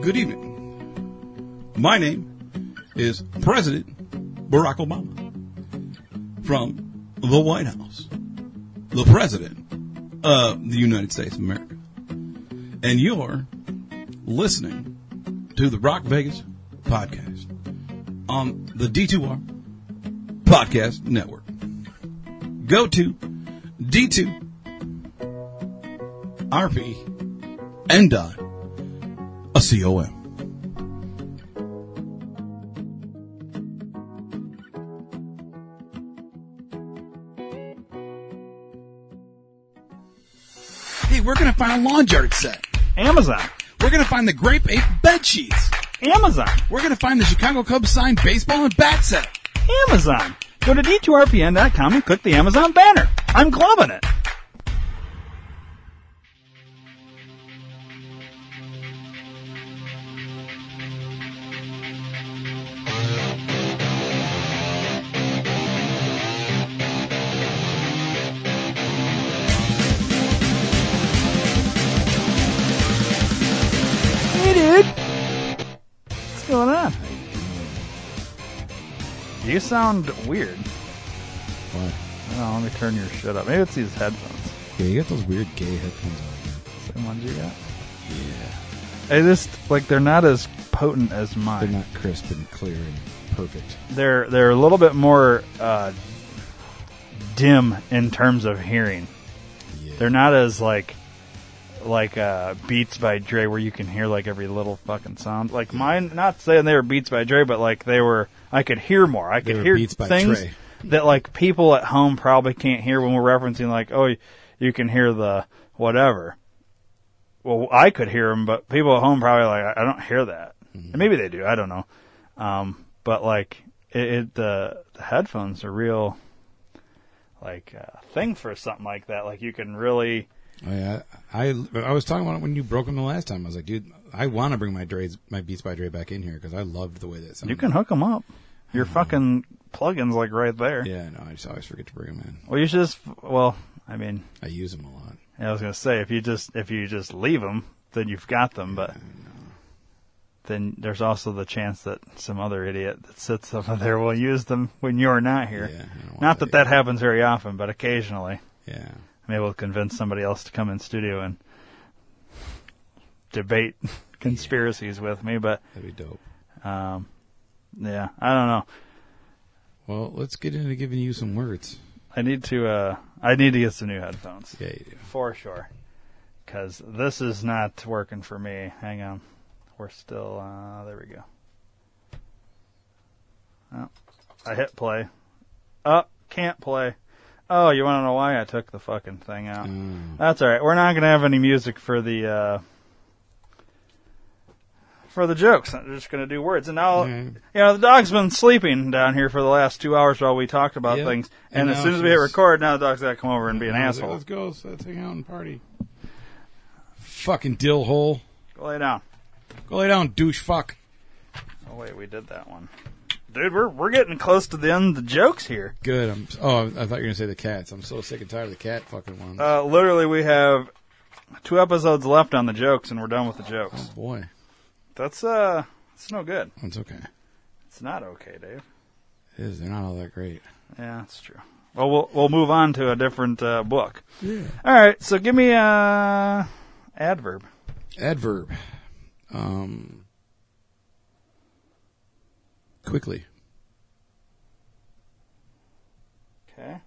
good evening. My name is President Barack Obama from the White House, the President of the United States of America. And you're listening to the Rock Vegas podcast on the D2R Podcast Network. Go to D2 RP and dot a COM. Hey, we're gonna find a lawn yard set. Amazon. We're gonna find the grape ape bed sheets. Amazon. We're gonna find the Chicago Cubs signed baseball and bat set. Amazon. Go to d2rpn.com and click the Amazon banner. I'm clubbing it. Hey, dude. What's going on? You sound weird. Why? Oh, let me turn your shit up. Maybe it's these headphones. Yeah, you got those weird gay headphones on. Same ones you got? Yeah. I just like they're not as potent as mine. They're not crisp and clear and perfect. they're they're a little bit more uh, dim in terms of hearing. Yeah. They're not as like like uh, Beats by Dre where you can hear like every little fucking sound. Like mine, not saying they were Beats by Dre, but like they were. I could hear more. I could were hear Beats by things Dre. that like people at home probably can't hear when we're referencing like oh you can hear the whatever. Well, I could hear them, but people at home probably like I I don't hear that. Mm-hmm. And maybe they do. I don't know. Um, but like it, it the, the headphones are real like uh, thing for something like that. Like you can really Oh, yeah. I, I I was talking about it when you broke them the last time. I was like, dude, I want to bring my Dre's, my Beats by Dre back in here because I loved the way that sounded. Oh, You can hook them up. Your fucking plugins like right there. Yeah, no, I just always forget to bring them in. Well, you should just well, I mean, I use them a lot. I was gonna say if you just if you just leave them, then you've got them. But then there's also the chance that some other idiot that sits over there Oh, will use them when you're not here. Yeah, I don't want not that that that happens very often, but occasionally, Yeah. maybe we'll convince somebody else to come in studio and debate conspiracies with me. But That'd be dope. um, yeah, I don't know. Well, let's get into giving you some words. I need to uh, I need to get some new headphones. Yeah, you do. For sure. Because this is not working for me. Hang on. We're still, uh, there we go. Oh, I hit play. Oh, can't play. Oh, you want to know why I took the fucking thing out? Mm. That's alright. We're not going to have any music for the, uh, for the jokes. I'm just going to do words. And now, Mm. you know, the dog's been sleeping down here for the last two hours while we talked about Yeah. things. And And, as now soon as we hit she's- record, now the dog's got to come over and be an I was like, asshole. Let's go. Let's, let's hang out and party. Fucking dill hole. Go lay down. Go lay down, douche fuck. Oh wait, we did that one. Dude, we're we're getting close to the end of the jokes here. Good. I'm. Oh, I thought you were gonna say the cats. I'm so sick and tired of the cat fucking one. Uh, literally, we have two episodes left on the jokes, and we're done with the jokes. Oh, Boy, That's uh, it's no good. it's okay. It's not okay, Dave. It is. They're not all that great. Yeah, that's true. Well, we'll we'll move on to a different uh, book. Yeah. All right, so give me a adverb. Adverb. Um. Quickly. Okay.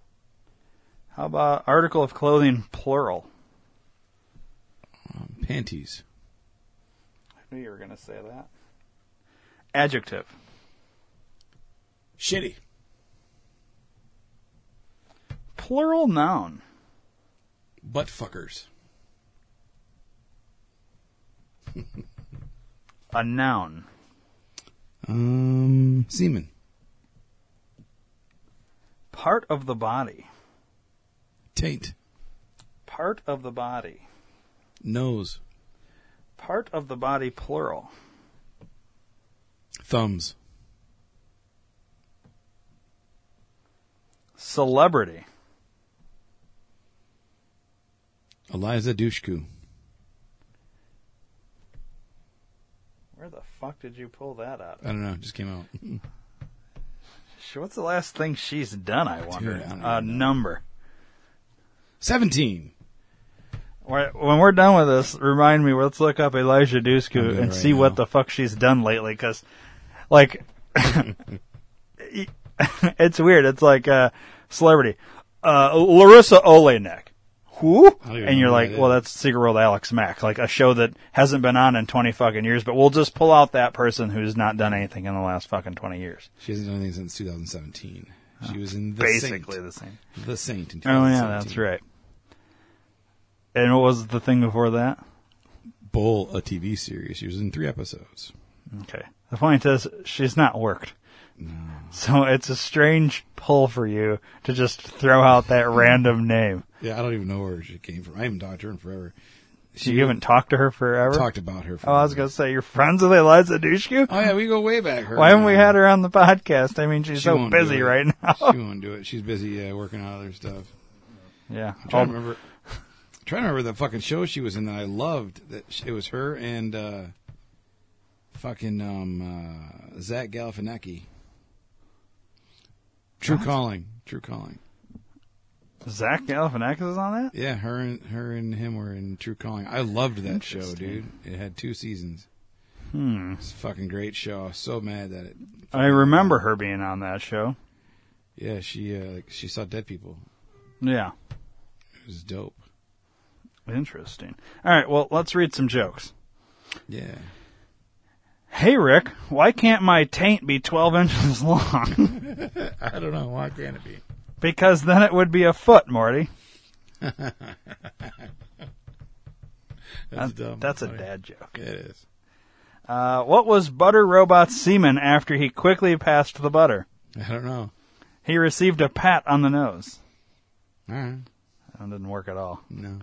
How about article of clothing plural? Um, panties. I knew you were gonna say that. Adjective. Shitty. Plural noun. Butt fuckers. A noun. Um. Semen. Part of the body. Taint. Part of the body. Nose. Part of the body, plural. Thumbs. Celebrity. Eliza Dushku. Where the fuck did you pull that out? I don't know. It just came out. Sh- What's the last thing she's done? I wonder. Uh, Dude, I don't a number. 17. Why- When we're done with this, remind me. Let's look up Elijah I'll do Dusku it and right see what now. the fuck she's done lately. Because, like, it's weird. It's like uh, celebrity uh, Larissa Olenek. Who? don't even And you're know who like, that well, is. that's Secret World Alex Mack, like a show that hasn't been on in 20 fucking years. But we'll just pull out that person who's not done anything in the last fucking 20 years. She hasn't done anything since 2017. She was in The Basically Saint. the same. The Saint in 2017. Oh yeah, that's right. And what was the thing before that? Bull, a TV series. She was in three episodes. Okay. The point is, she's not worked. Mm. So it's a strange pull for you to just throw out that random name. Yeah, I don't even know where she came from. I haven't talked to her in forever. You haven't talked to her forever. Talked about her. oh, I was gonna say you're friends with Eliza Dushku. Oh yeah, we go way back. Her Why haven't we and I. had her on the podcast? I mean, she's She so won't do busy it. right now. she won't do it. She's busy uh, working on other stuff. yeah. Um, I'm trying to remember. I'm trying to remember the fucking show she was in that I loved. That sh- it was her and uh, fucking um, uh, Zach Galifianakis. True Calling. True Calling. Zach Galifianakis is on that. Yeah, her and her and him were in True Calling. I loved that show, dude. Interesting. It had two seasons. Hmm. It's a fucking great show. I was so mad that it. I remember her being on that show. Yeah, she uh, like, she saw dead people. Yeah. It was dope. Interesting. All right. Well, let's read some jokes. Yeah. Hey Rick, why can't my taint be 12 inches long? I don't know why can't it be. because then it would be a foot, Morty. That's, dumb. That's a Funny. dad joke. It is. Uh, what was Butter Robot's semen after he quickly passed the butter? I don't know. He received a pat on the nose. All right. That didn't work at all. No.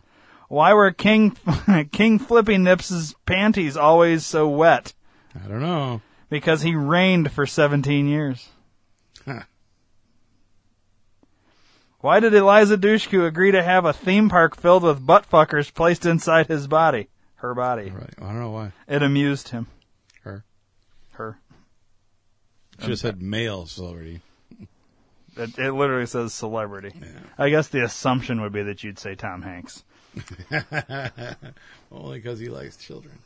Why were King King Flippy Nips' panties always so wet? I don't know. Because he reigned for 17 years. Huh. Why did Eliza Dushku agree to have a theme park filled with butt fuckers placed inside his body? Her body. Right. I don't know why. It amused him. Her. Her. Just said male celebrity. It, it literally says celebrity. I guess the assumption would be that you'd say Tom Hanks. Only because he likes children.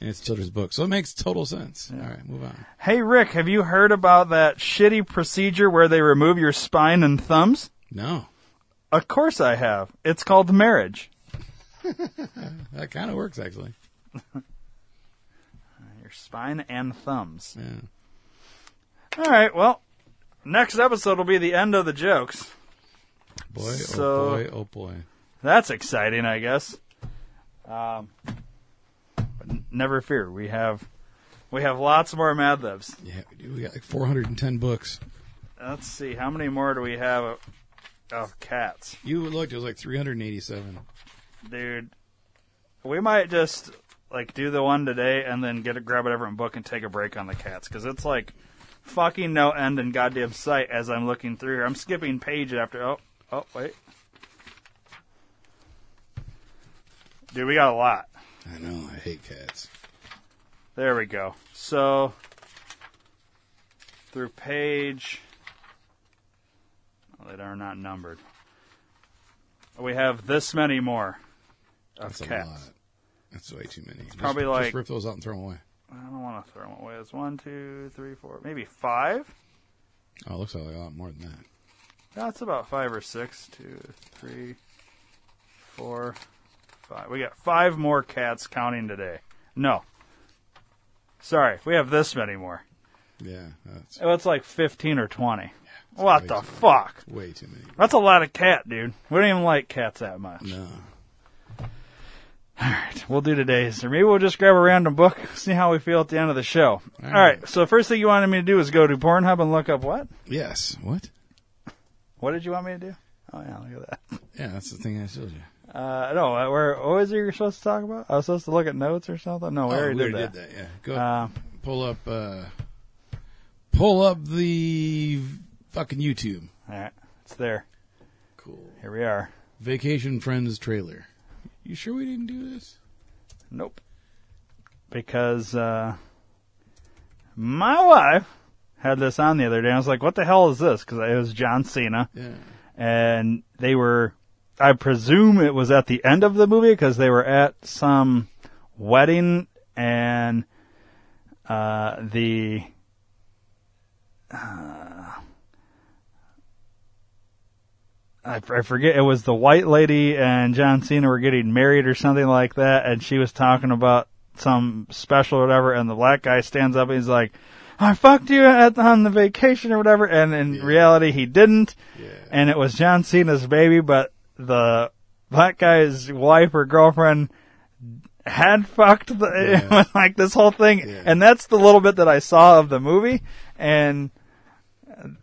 And it's a children's book. So it makes total sense. All right. Move on. Hey Rick, have you heard about that shitty procedure where they remove your spine and thumbs? No. Of course I have. It's called marriage. That kind of works, actually. Your spine and thumbs. Yeah. All right, well, next episode will be the end of the jokes. Boy, So- oh boy, oh boy. That's exciting, I guess. Um, but n- never fear, we have we have lots more Mad Libs. Yeah, we do. We got like 410 books. Let's see, how many more do we have of, of cats, You looked, it was like 387. dude? We might just like do the one today and then get a, grab a different book and take a break on the cats because it's like fucking no end in goddamn sight as I'm looking through here. I'm skipping page after. Oh, oh, wait, dude, we got a lot. I know. I hate cats. There we go. So through page well, they are not numbered. We have this many more of That's cats. a lot. That's way too many. Just- probably just, like- rip those out and throw them away. I don't want to throw them away. It's one, two, three, four, maybe five. Oh, it looks like a lot more than that. That's about five or six. Two, three, four, five. We got five more cats counting today. No. Sorry, we have this many more. Yeah, uh, that's Oh, It's like 15 or 20. it's what way the too many. fuck? way too many. That's a lot of cat, dude. We don't even like cats that much. No. We'll do today's, or maybe we'll just grab a random book, see how we feel at the end of the show. All right. So first thing you wanted me to do is go to Pornhub and look up what? Yes. What? What did you want me to do? Oh yeah, look at that. Yeah, that's the thing I told you. Uh, no, uh, where what was it you were supposed to talk about? I was supposed to look at notes or something. No, we already Oh, we did that. did that. Yeah. Go Uh, pull up. uh Pull up the fucking YouTube. all right, it's there. Cool. Here we are. Vacation Friends trailer. You sure we didn't do this? Nope. because uh, my wife had this on the other day. I was like, "What the hell is this?" Because it was John Cena, Yeah. and they were. I presume it was at the end of the movie because they were at some wedding and uh, the I, I forget it was the white lady and John Cena were getting married or something like that, and she was talking about some special or whatever, and the black guy stands up and he's like, "I fucked you at on the vacation or whatever," and in reality he didn't, and it was John Cena's baby, but the black guy's wife or girlfriend had fucked the it was like this whole thing, Yeah. and that's the little bit that I saw of the movie, and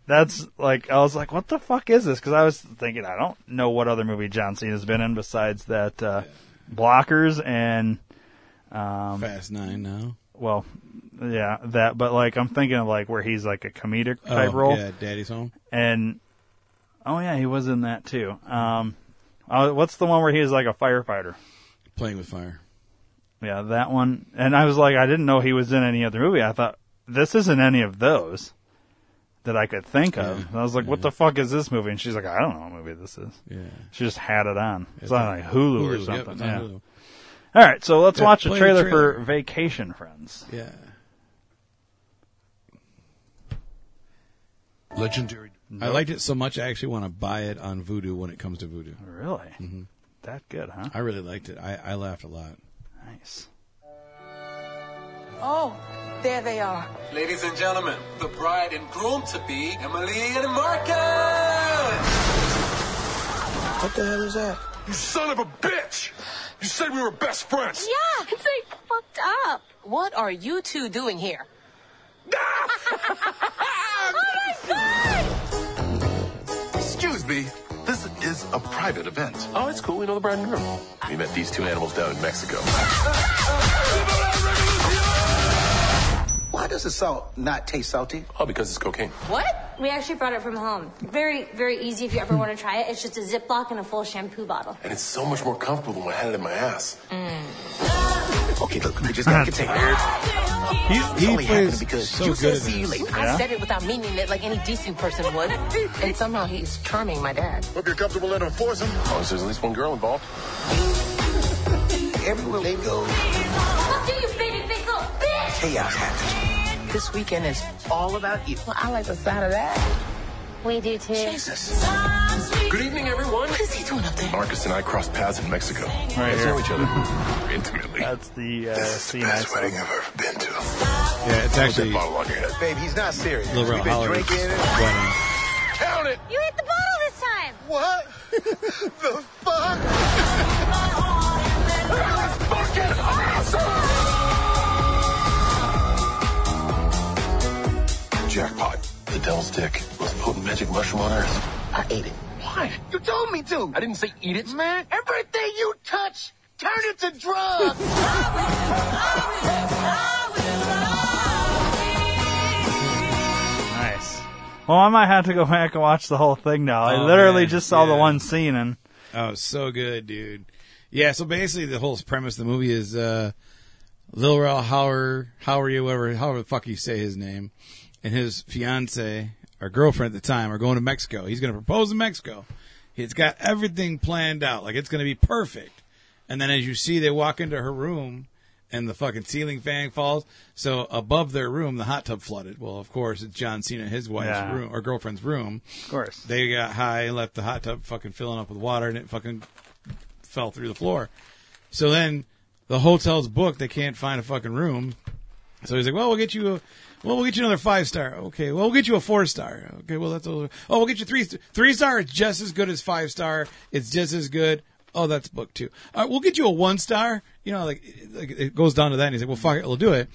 that's like I was like, what the fuck is this? Because I was thinking I don't know what other movie John Cena's been in besides that uh, Blockers and um, Fast nine now. well, yeah, that. But like I'm thinking of like where he's like a comedic type Oh, role Yeah, Daddy's home. and oh yeah, he was in that too. Um, uh, what's the one where he was like a firefighter? Playing with fire. Yeah, that one. And I was like, I didn't know he was in any other movie. I thought this isn't any of those that I could think of. And I was like, what the fuck is this movie? And she's like, I don't know what movie this is. Yeah. She just had it on. It's on like Hulu, Hulu, or yep, something. it's on yeah. Hulu. All right, so let's Yeah, watch a play the trailer, for trailer. Vacation Friends. Yeah. Legendary. I liked it so much I actually want to buy it on Voodoo when it comes to Voodoo. Really? That good, huh? I really liked it. I, I laughed a lot. Nice. Oh, there they are. Ladies and gentlemen, the bride and groom to be Emily and Marcus. What the hell is that? You son of a bitch! You said we were best friends. Yeah, it's like fucked up. What are you two doing here? Oh Excuse me. This is a private event. Oh, it's cool. We know the bride and groom. We met these two animals down in Mexico. Why does the salt not taste salty? Oh, because it's cocaine. What? We actually brought it from home. Very, very easy if you ever want to try it. It's just a Ziploc and a full shampoo bottle. And it's so much more comfortable than when I had it in my ass. Mm. Okay, look, we just gotta contain it. He, he Only happened plays because so you good said at see you this. later. I said it without meaning it like any decent person would. and somehow he's charming my dad. Hope you're comfortable in a foursome. Oh, so there's at least one girl involved. Everywhere they go, Fuck do you big, big little bitch? chaos happens. This weekend is all about you. Well, I like the sound of that. We do too. Good evening, everyone. What is he doing up there? Marcus and I crossed paths in Mexico. Right we here. know each other intimately. That's the uh, That's the scene I best saw. wedding I've ever been to. Yeah, it's actually Bottle on your head. Babe, he's not serious. Little Rock Holly's wedding. Count it! You hit the bottle this time. What? the fuck? Fucking awesome! Jackpot. The devil's dick. Most potent magic mushroom on earth. I ate it. Why? You told me to. I didn't say eat it. Man, everything you touch, turn it to drugs. Nice. Well, I might have to go back and watch the whole thing now. I Oh, literally man, just saw the yeah. one scene and Oh, so good, dude. Yeah, so basically the whole premise of the movie is uh Lil Rel Howard Howard you ever however the fuck you say his name and his fiance or girlfriend at the time are going to Mexico. He's gonna propose in Mexico. He's got everything planned out, like it's gonna be perfect. And then as you see they walk into her room and the fucking ceiling fan falls. So above their room the hot tub flooded. Well of course it's John Cena, and his wife's Yeah. room or girlfriend's room. of course. They got high and left the hot tub fucking filling up with water and it fucking fell through the floor. So then the hotel's booked. They can't find a fucking room. So he's like, well, we'll get you a, well, we'll get you another five star. Okay. Well, we'll get you a four star. Okay. Well, that's a little, oh, we'll get you three, st- three star. It's just as good as five star. It's just as good. Oh, that's booked too. All right. We'll get you a one star. You know, like, like it goes down to that. And he's like, well, fuck it. We'll do it.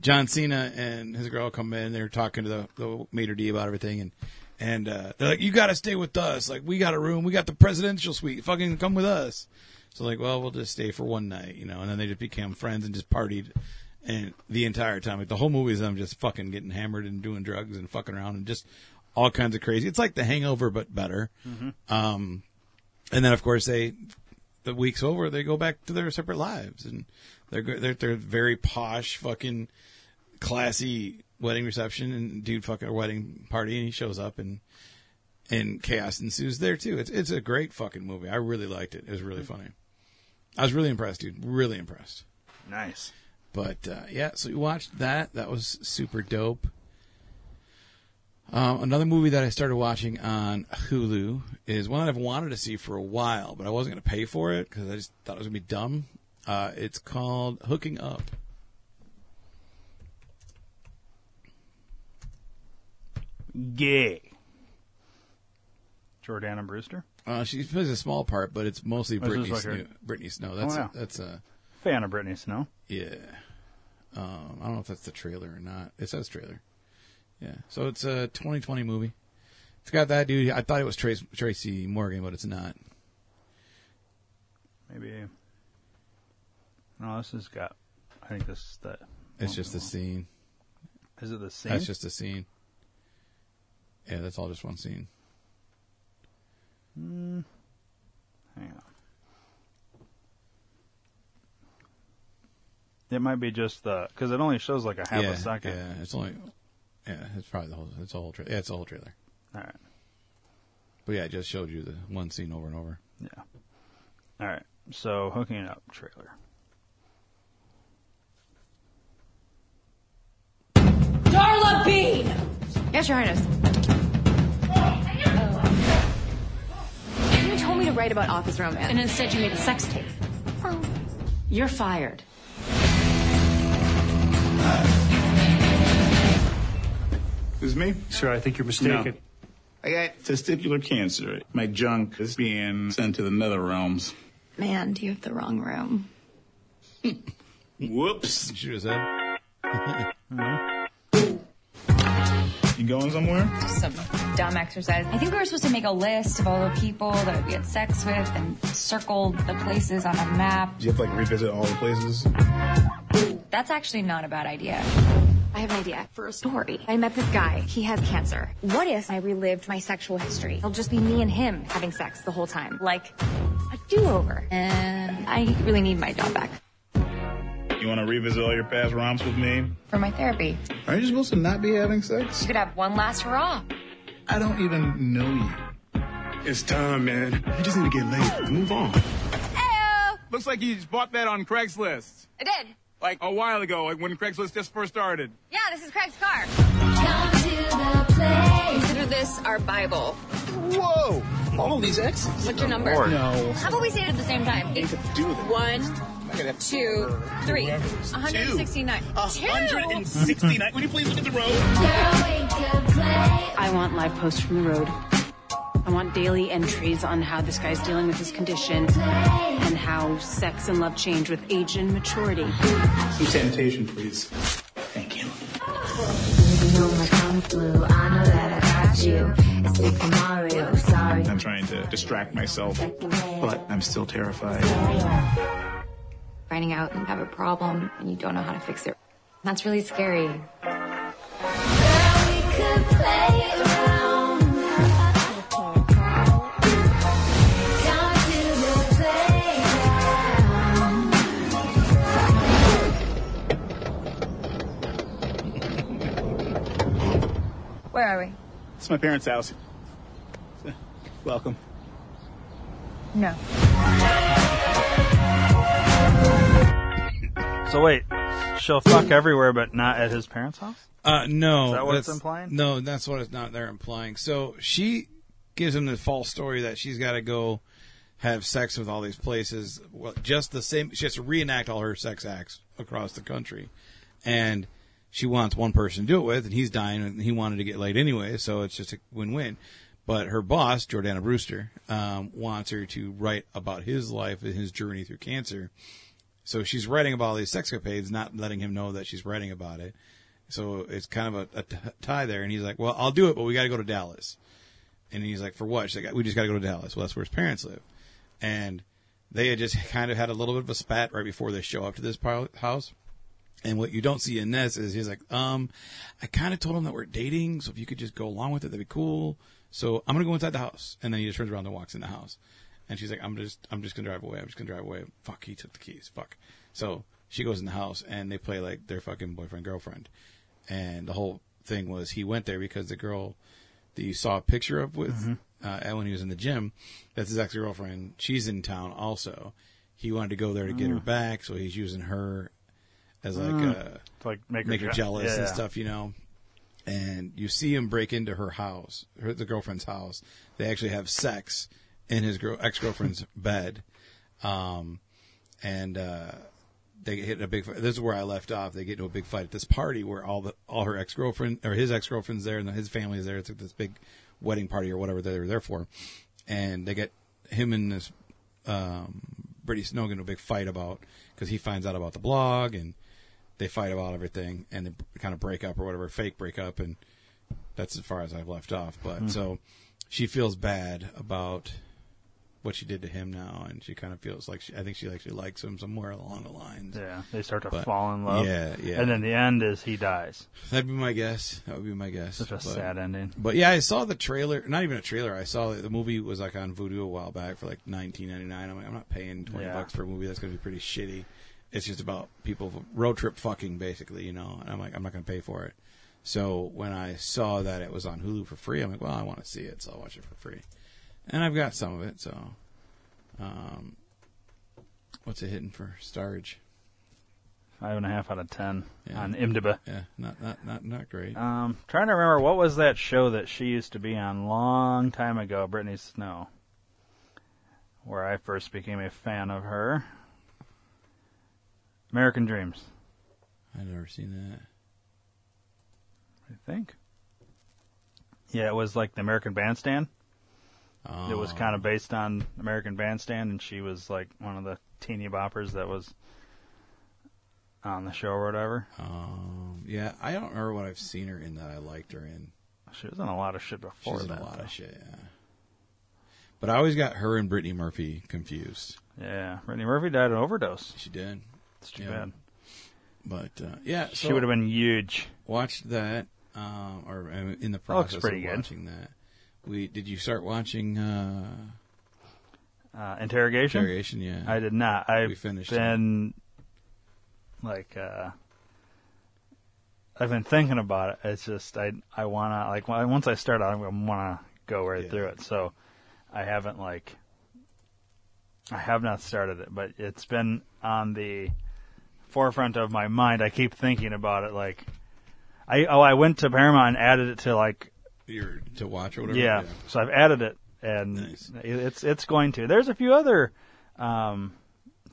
John Cena and his girl come in. They're talking to the, the maitre d about everything, and and uh, they're like, "You got to stay with us. Like, we got a room. We got the presidential suite. Fucking come with us." So like, well, we'll just stay for one night, you know. And then they just became friends and just partied, and the entire time, like the whole movie is them just fucking getting hammered and doing drugs and fucking around and just all kinds of crazy. It's like The Hangover, but better. Um, and then of course they the week's over, they go back to their separate lives, and they're go- they're, they're very posh, fucking classy wedding reception and dude fucking or wedding party, and he shows up and and chaos ensues there too. It's it's a great fucking movie. I really liked it. It was really funny. I was really impressed, dude. Really impressed. Nice. But uh, yeah, so we watched that. That was super dope. Um, another movie that I started watching on Hulu is one that I've wanted to see for a while, but I wasn't going to pay for it because I just thought it was going to be dumb. Uh, it's called Hooking Up. Gay. Jordana Brewster. Uh, she plays a small part, but it's mostly This Britney is like Snow. her- Britney Snow. That's wow. that's a Fan of Britney Snow. yeah. Um, I don't know if that's the trailer or not. It says trailer. Yeah. So it's a 2020 movie. It's got that dude. I thought it was Trace, Tracy Morgan, but it's not. Maybe. No, this has got. I think this is the. It's just a scene. Is it the same? That's just a scene. Yeah, that's all just one scene. Hang on. It might be just the because it only shows like a half yeah, a second. Yeah, it's only. Yeah, it's probably the whole. It's a whole. Tra- yeah, it's a whole trailer. All right. But yeah, I just showed you the one scene over and over. Yeah. All right. So hooking it up trailer. Darla Bean! Yes, Your Highness. You told me to write about office romance. And instead you made a sex tape. Oh. You're fired. Is me? Sir, I think you're mistaken. I got testicular cancer. My junk is being sent to the nether realms. Man, do you have the wrong room? Whoops. Shoot his head. Mm-hmm. You going somewhere? Some dumb exercise. I think we were supposed to make a list of all the people that we had sex with and circle the places on a map. Do you have to like revisit all the places? That's actually not a bad idea. I have an idea for a story. I met this guy. He has cancer. What if I relived my sexual history? It'll just be me and him having sex the whole time. Like a do over. And I really need my job back You want to revisit all your past romps with me? For my therapy. Are you supposed to not be having sex? You could have one last hurrah. I don't even know you. It's time, man. You just need to get laid. Move on. Ayo! Looks like you just bought that on Craigslist. I did. Like a while ago, like when Craigslist just first started. Yeah, this is Craig's car. Consider this our Bible. Whoa! All these exes. What's your number? Lord. No. How about we say it at the same time? Eight, one, two, three. 169. 169. Will you please look at the road? I want live posts from the road. I want daily entries on how this guy's dealing with his condition and how sex and love change with age and maturity. Some sanitation, please. Thank you. I'm trying to distract myself, but I'm still terrified. Finding out you have a problem and you don't know how to fix it. That's really scary. Where are we? It's my parents' house. Welcome. No. So wait, she'll fuck everywhere, but not at his parents' house. Uh, no. Is that what it's that's- implying? No, that's what it's not. They're implying. So she gives him the false story that she's got to go have sex with all these places. Well, just the same. She has to reenact all her sex acts across the country, and she wants one person to do it with, and he's dying, and he wanted to get laid anyway, so it's just a win-win. But her boss, Jordana Brewster, um, wants her to write about his life and his journey through cancer. So she's writing about all these sexcapades, not letting him know that she's writing about it. So it's kind of a, a t- tie there. And he's like, well, I'll do it, but we got to go to Dallas. And he's like, for what? She's like, we just got to go to Dallas. Well, that's where his parents live. And they had just kind of had a little bit of a spat right before they show up to this pile- house. And what you don't see in this is he's like, um, I kind of told him that we're dating. So if you could just go along with it, that'd be cool. So I'm going to go inside the house. And then he just turns around and walks in the house. And she's like, I'm just, I'm just gonna drive away. I'm just gonna drive away. Fuck, he took the keys. Fuck. So she goes in the house and they play like their fucking boyfriend girlfriend. And the whole thing was he went there because the girl that you saw a picture of with Mhm. uh, when he was in the gym, that's his ex girlfriend. She's in town also. He wanted to go there to get her Ah. back, so he's using her as like Mm. a To, like, make her je- jealous yeah. and stuff, you know. And you see him break into her house, her the girlfriend's house. They actually have sex in his girl, ex girlfriend's bed, um, and uh, they get in a big. fight. This is where I left off. They get into a big fight at this party where all the all her ex girlfriend or his ex girlfriend's there and his family is there. It's like this big wedding party or whatever they were there for, and they get him and this um, Brittany Snow get into a big fight about because he finds out about the blog and they fight about everything and they kind of break up or whatever, fake break up, and that's as far as I've left off. But Hmm. so she feels bad about what she did to him now, and she kind of feels like she, I think she actually likes him somewhere along the lines. Yeah, they start to But- fall in love. Yeah, yeah. And then the end is he dies. That'd be my guess. That would be my guess. Such a But- sad ending. But yeah, I saw the trailer. Not even a trailer. I saw that the movie was like on Vudu a while back for like nineteen ninety nine. I'm like, I'm not paying twenty Yeah. bucks for a movie that's going to be pretty shitty. It's just about people road trip fucking basically, you know. And I'm like, I'm not going to pay for it. So when I saw that it was on Hulu for free, I'm like, well, I want to see it, so I'll watch it for free. And I've got some of it. So, um, what's it hitting for Starge? Five and a half out of ten on IMDb. Yeah, not not not not great. Um, trying to remember what was that show that she used to be on long time ago, Brittany Snow, where I first became a fan of her. American Dreams, I've never seen that. I think. Yeah, it was like the American Bandstand. It was Oh. kind of based on American Bandstand, and she was like one of the teeny boppers that was on the show or whatever. Um, yeah, I don't remember what I've seen her in that I liked her in. She was in a lot of shit before She's in that, a lot of shit, yeah. But I always got her and Brittany Murphy confused. Yeah, Brittany Murphy died of an overdose. She did. It's too Yeah. bad. But uh, yeah, she so- would have been huge. Watched that, um, or um, in the That looks process pretty of good. watching that. We did you start watching? Uh, Uh, interrogation. Interrogation, yeah. I did not. I've We finished been like uh, I've been thinking about it. It's just I I wanna like when- once I start, I wanna go right through it. So I haven't like I have not started it, but it's been on the forefront of my mind. I keep thinking about it. Like I oh I went to Paramount and added it to like your to watch or whatever. yeah. So I've added it, and it- it's it's going to. There's a few other um,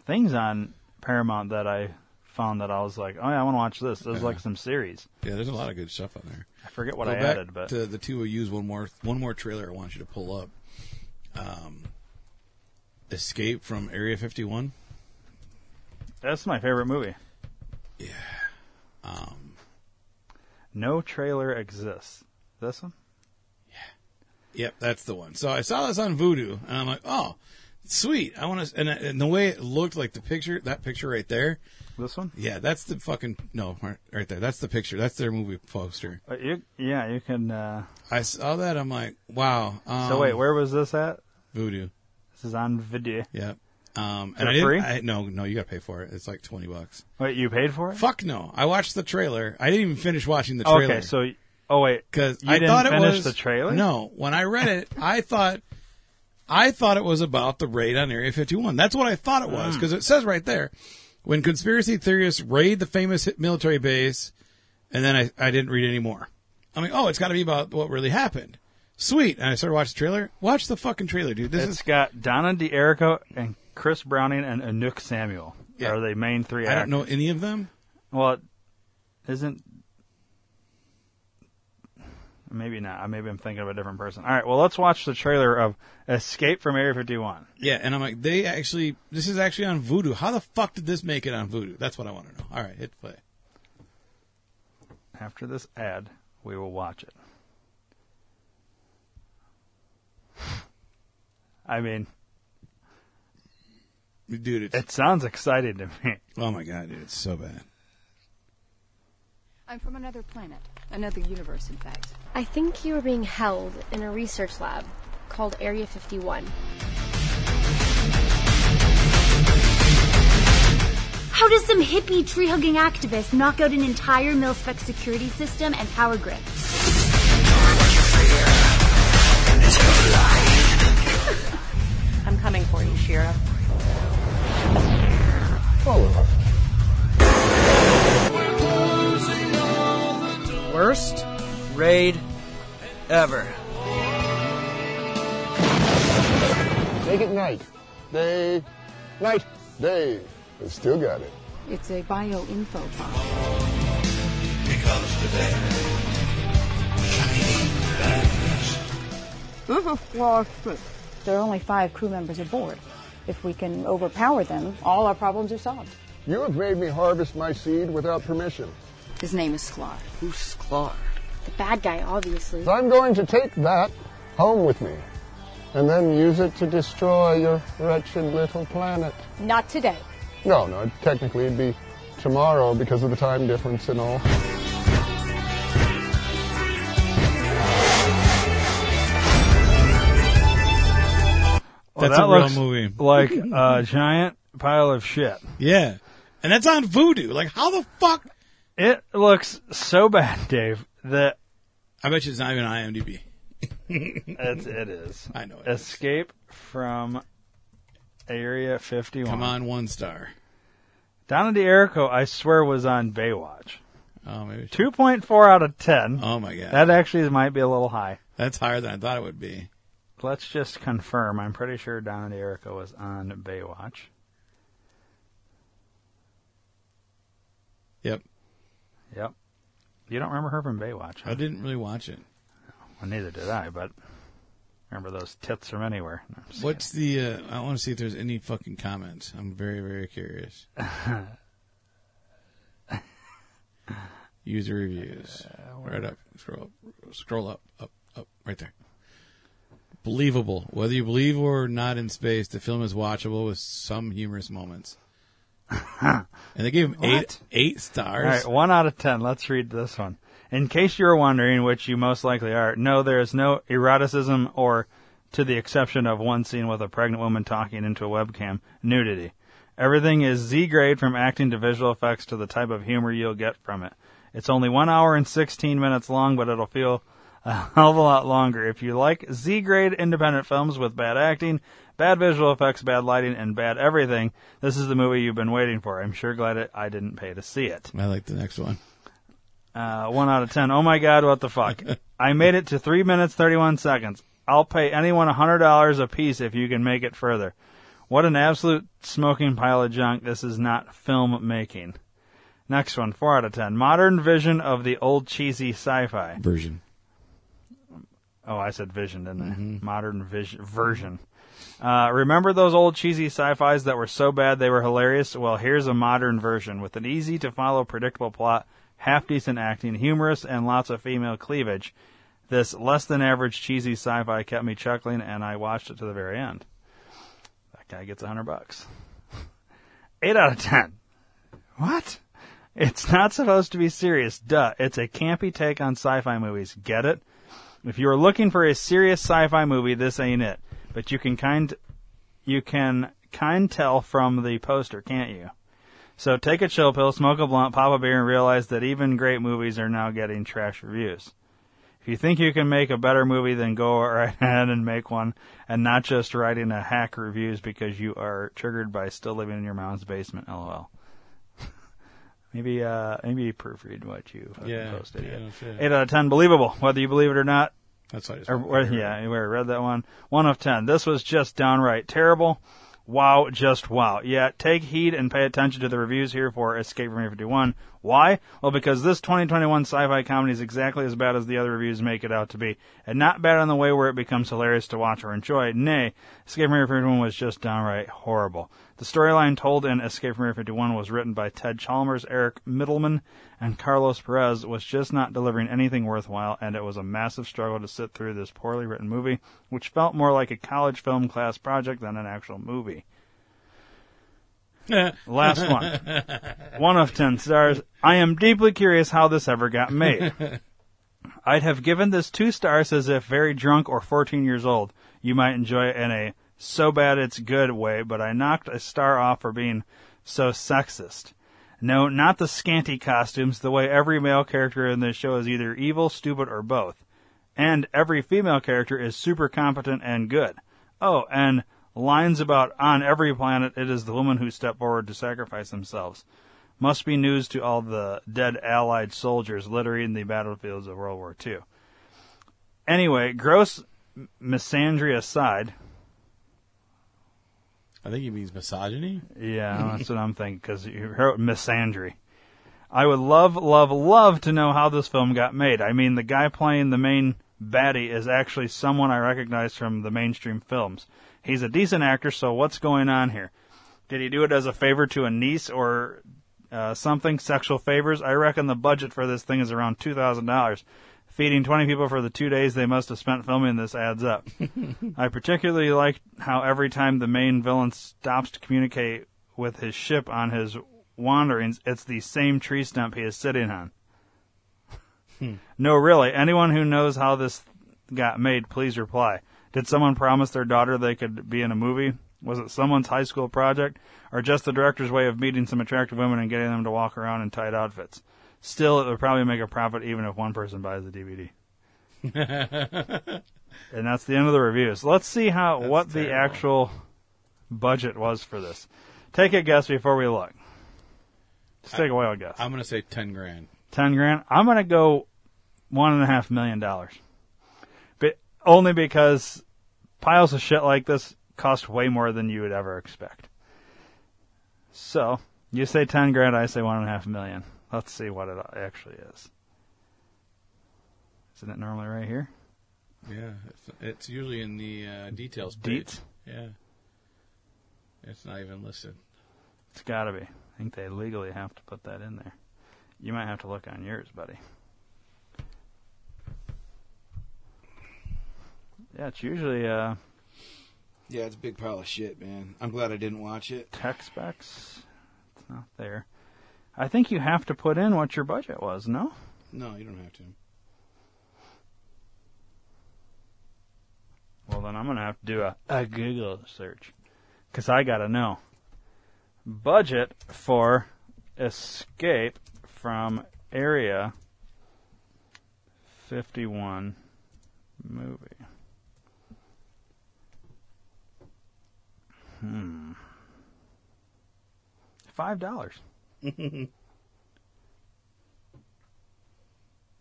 things on Paramount that I found that I was like, oh yeah, I want to watch this. There's Yeah. like some series. Yeah, there's a lot of good stuff on there. I forget what Go I back added, but to the two of use one more one more trailer. I want you to pull up. Um, Escape from Area 51. that's my favorite movie. Yeah. Um, no trailer exists. This one. Yep, that's the one. So I saw this on Voodoo, and I'm like, oh, sweet. I want to. And, and the way it looked like the picture, that picture right there. This one? Yeah, that's the fucking no, right, right there. That's the picture. That's their movie poster. Uh, you, yeah, you can. Uh, I saw that. I'm like, wow. Um, so wait, where was this at? Voodoo. This is on video. Yep. Um, Is and it I didn't- free? I, no, no, you got to pay for it. It's like twenty bucks. Wait, you paid for it? Fuck no. I watched the trailer. I didn't even finish watching the trailer. Okay, so oh wait, because you I didn't thought it finish was the trailer. No, when I read it, I thought I thought it was about the raid on Area 51. That's what I thought it was Hmm. Mm. because it says right there when conspiracy theorists raid the famous hit- military base, and then I, I didn't read any more. I'm like, oh, it's got to be about what really happened. Sweet, and I started watching the trailer. Watch the fucking trailer, dude. This It's is got Donna DeErico and Chris Browning and Anouk Samuel. Are the main three? I don't know actors. any of them. Well, isn't maybe not? Maybe I'm thinking of a different person. All right. Well, let's watch the trailer of Escape from Area 51. Yeah, and I'm like, they actually, this is actually on Voodoo. How the fuck did this make it on Voodoo? That's what I want to know. All right, hit play. After this ad, we will watch it. I mean, dude, it sounds exciting to me. Oh my god, dude, it's so bad. I'm from another planet, another universe, in fact. I think you were being held in a research lab called Area 51. How does some hippie tree hugging activist knock out an entire mil-spec security system and power grid? I'm coming for you, Shira. Worst raid ever. Make it night. Day. Night. Day. I still got it. It's a bio info file. This is flawed There are only five crew members aboard. If we can overpower them, all our problems are solved. You have made me harvest my seed without permission. His name is Sklar. Who's Sklar? The bad guy, obviously. I'm going to take that home with me and then use it to destroy your wretched little planet. Not today. No, no, technically it'd be tomorrow because of the time difference and all. Well, That's Oh, a that real looks movie. Like a giant pile of shit. Yeah. And that's on voodoo. Like, how the fuck? It looks so bad, Dave, that. I bet you it's not even IMDb. it's, it is. I know it is. Escape from Area 51. Come on, one star. Donna D'Erico, I swear, was on Baywatch. Oh, maybe. she- 2.4 out of 10. Oh, my God. That actually might be a little high. That's higher than I thought it would be. Let's just confirm. I'm pretty sure Donna D'Erico was on Baywatch. Yep. Yep. You don't remember her from Baywatch? I didn't really watch it. Well, neither did I, but remember those tits from anywhere. No, I'm just What's the? Uh, I want to see if there's any fucking comments. I'm very, very curious. User reviews. Uh, right up. Scroll up. Scroll up. Up. Up. Right there. Believable. Whether you believe or not in space, the film is watchable with some humorous moments. and they gave him eight What? eight stars. All right, one out of ten. Let's read this one. In case you're wondering, which you most likely are, no, there is no eroticism or, to the exception of one scene with a pregnant woman talking into a webcam, nudity. Everything is Z grade from acting to visual effects to the type of humor you'll get from it. It's only one hour and 16 minutes long, but it'll feel a hell of a lot longer. If you like Z grade independent films with bad acting, bad visual effects, bad lighting, and bad everything, this is the movie you've been waiting for. I'm sure glad it, I didn't pay to see it. I like the next one. Uh, one out of ten. Oh my god, what the fuck? I made it to three minutes thirty-one seconds. I'll pay anyone a hundred dollars apiece if you can make it further. What an absolute smoking pile of junk. This is not film making. Next one, four out of ten. Modern vision of the old cheesy sci-fi. Version. Oh, I said vision, didn't I? Modern vision version. Uh, remember those old cheesy sci-fis that were so bad they were hilarious? Well, here's a modern version with an easy to follow, predictable plot, half decent acting, humorous, and lots of female cleavage. This less than average cheesy sci-fi kept me chuckling, and I watched it to the very end. That guy gets a hundred bucks. Eight out of ten. What? It's not supposed to be serious. Duh. It's a campy take on sci-fi movies. Get it? If you are looking for a serious sci-fi movie, this ain't it. But you can kind you can kind tell from the poster, can't you? So take a chill pill, smoke a blunt, pop a beer, and realize that even great movies are now getting trash reviews. If you think you can make a better movie, then go right ahead and make one, and not just writing a hack reviews because you are triggered by still living in your mom's basement. LOL. maybe, uh, maybe you proofread what you fucking Yeah, posted. yeah, yet. no shit. Eight out of ten, believable, whether you believe it or not. That's what I just Or, wanted to or- hear. yeah, where I read that one. One of ten. This was just downright terrible. Wow, just wow. Yeah, take heed and pay attention to the reviews here for Escape from Area 51. Why? Well, because this 2021 sci-fi comedy is exactly as bad as the other reviews make it out to be, and not bad on the way where it becomes hilarious to watch or enjoy. Nay, Escape from Area 51 was just downright horrible. The storyline told in Escape from Area 51 was written by Ted Chalmers, Eric Middleman, and Carlos Perez was just not delivering anything worthwhile, and it was a massive struggle to sit through this poorly written movie, which felt more like a college film class project than an actual movie. Last one. One of ten stars. I am deeply curious how this ever got made. I'd have given this two stars as if very drunk or 14 years old. You might enjoy it in a so bad it's good way, but I knocked a star off for being so sexist. No, not the scanty costumes, the way every male character in this show is either evil, stupid, or both. And every female character is super competent and good. Oh, and lines about on every planet it is the women who step forward to sacrifice themselves. Must be news to all the dead Allied soldiers littering the battlefields of World War II. Anyway, gross misandry aside, I think he means misogyny. yeah, that's what I'm thinking because you heard misandry. I would love, love, love to know how this film got made. I mean, the guy playing the main baddie is actually someone I recognize from the mainstream films. He's a decent actor, so what's going on here? Did he do it as a favor to a niece or uh, something? Sexual favors? I reckon the budget for this thing is around two thousand dollars. Feeding 20 people for the two days they must have spent filming this adds up. I particularly liked how every time the main villain stops to communicate with his ship on his wanderings, it's the same tree stump he is sitting on. No, really, anyone who knows how this got made, please reply. Did someone promise their daughter they could be in a movie? Was it someone's high school project, or just the director's way of meeting some attractive women and getting them to walk around in tight outfits? Still, it would probably make a profit even if one person buys the DVD. and that's the end of the review. So let's see how what the actual budget was for this. Take a guess before we look. Just take a wild guess. I'm gonna say ten grand. Ten grand. I'm gonna go one and a half million dollars, but only because piles of shit like this cost way more than you would ever expect. So you say ten grand, I say one and a half million. Let's see what it actually is. Isn't it normally right here? Yeah, it's, it's usually in the uh, details page. Deets? Yeah, it's not even listed. It's got to be. I think they legally have to put that in there. You might have to look on yours, buddy. Yeah, it's usually uh, Yeah, it's a big pile of shit, man. I'm glad I didn't watch it. tech specs. It's not there. I think you have to put in what your budget was, no? No, you don't have to. Well, then I'm going to have to do a, a Google search because I got to know. Budget for Escape from Area 51 movie. Hmm. Five dollars. uh,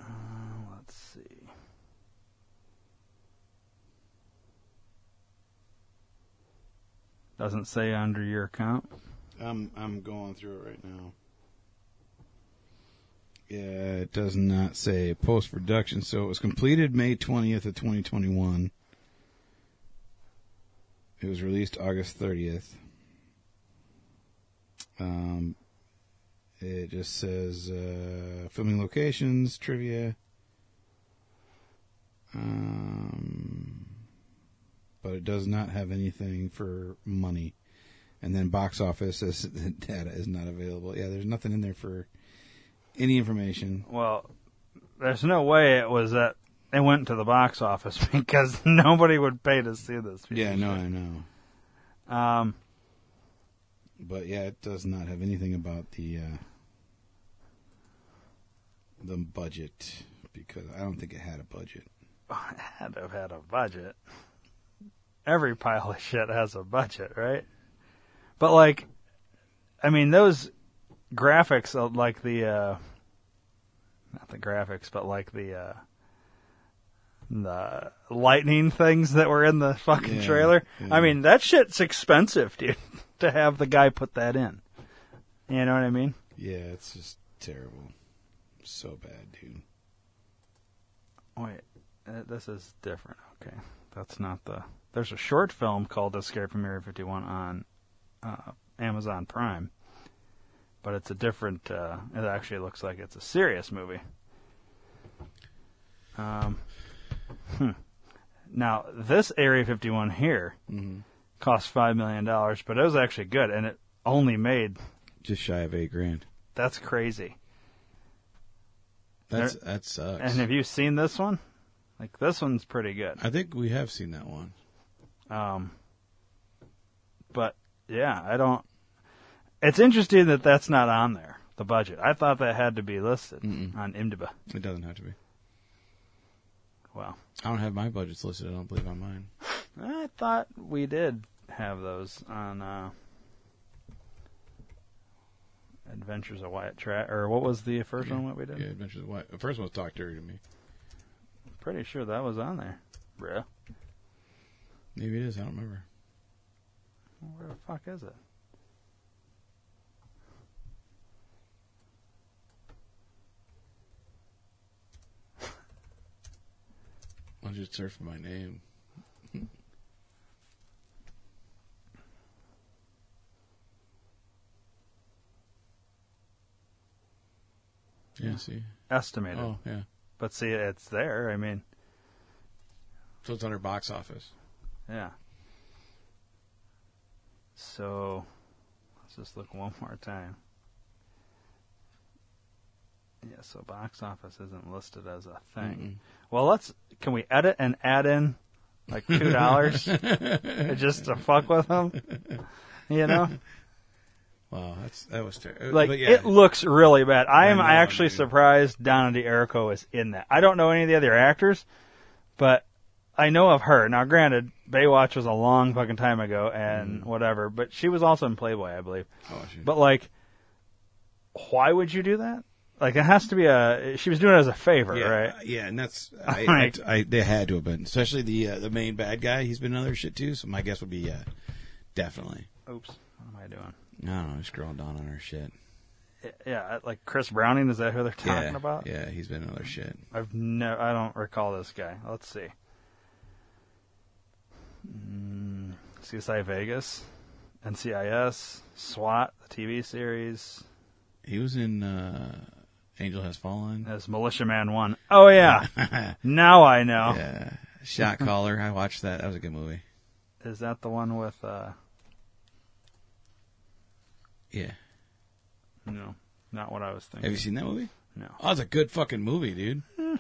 let's see. Doesn't say under your account. I'm um, I'm going through it right now. Yeah, it does not say post production, so it was completed May twentieth of twenty twenty one. It was released August thirtieth. Um, it just says uh, filming locations, trivia. Um, but it does not have anything for money. And then box office says that the data is not available. Yeah, there's nothing in there for any information. Well, there's no way it was that it went to the box office because nobody would pay to see this. piece Yeah, of no, shit. I know. Um, But yeah, it does not have anything about the uh, the budget because I don't think it had a budget. had to have had a budget. Every pile of shit has a budget, right? But like, I mean, those graphics, uh, like the, uh, not the graphics, but like the, uh, the lightning things that were in the fucking Yeah, trailer. yeah. I mean, that shit's expensive, dude, to have the guy put that in. You know what I mean? Yeah, it's just terrible. So bad, dude. Wait, uh, this is different. Okay, that's not the. There's a short film called Escape from Area 51 on uh, Amazon Prime, but it's a different. Uh, it actually looks like it's a serious movie. Um, hmm. Now this Area 51 here cost five million dollars, but it was actually good, and it only made. Just shy of eight grand. That's crazy. That's uh, There- that sucks. And have you seen this one? Like this one's pretty good. I think we have seen that one. Um, but yeah, I don't. It's interesting that that's not on there, the budget. I thought that had to be listed on IMDb. It doesn't have to be. Wow. I don't have my budgets listed. I don't believe on mine. I thought we did have those on uh, Adventures of Wyatt Track, or what was the first one that we did? Yeah, Adventures of Wyatt. The first one was Talk Dirty to Me. Pretty sure that was on there, bruh. Maybe it is. I don't remember. Where the fuck is it? I'll just search for my name. Yeah, see. Estimated. Oh, yeah. But see, it's there. I mean, So it's under box office. yeah. So, let's just look one more time. Yeah, so box office isn't listed as a thing. Well, let's. Can we edit and add in like two dollars just to fuck with them? You know, Wow, that's that was terrible. like yeah, it looks really bad. I am I know, actually surprised Donna DeErico is in that. I don't know any of the other actors, but I know of her. Now, granted, Baywatch was a long fucking time ago and Mm-hmm. whatever, but she was also in Playboy, I believe. Oh, But like, why would you do that? Like, it has to be a. She was doing it as a favor, yeah, right? yeah, and that's I, Like- I, I- they had to have been, especially the uh, the main bad guy. He's been in other shit too. So my guess would be yeah, definitely. Oops, what am I doing? I don't know. Scrolling down on her shit. Yeah, like Chris Browning. Is that who they're talking yeah, about? Yeah, he's been in other shit. I've never. I don't recall this guy. Let's see. Mm, CSI Vegas, NCIS, SWAT, the TV series, He was in uh, Angel Has Fallen. as Militiaman One. Oh yeah, now I know. Yeah. Shot Caller. I watched that. That was a good movie. Is that the one with? uh Yeah. No, not what I was thinking. Have you seen that movie? No. Oh, it's a good fucking movie, dude.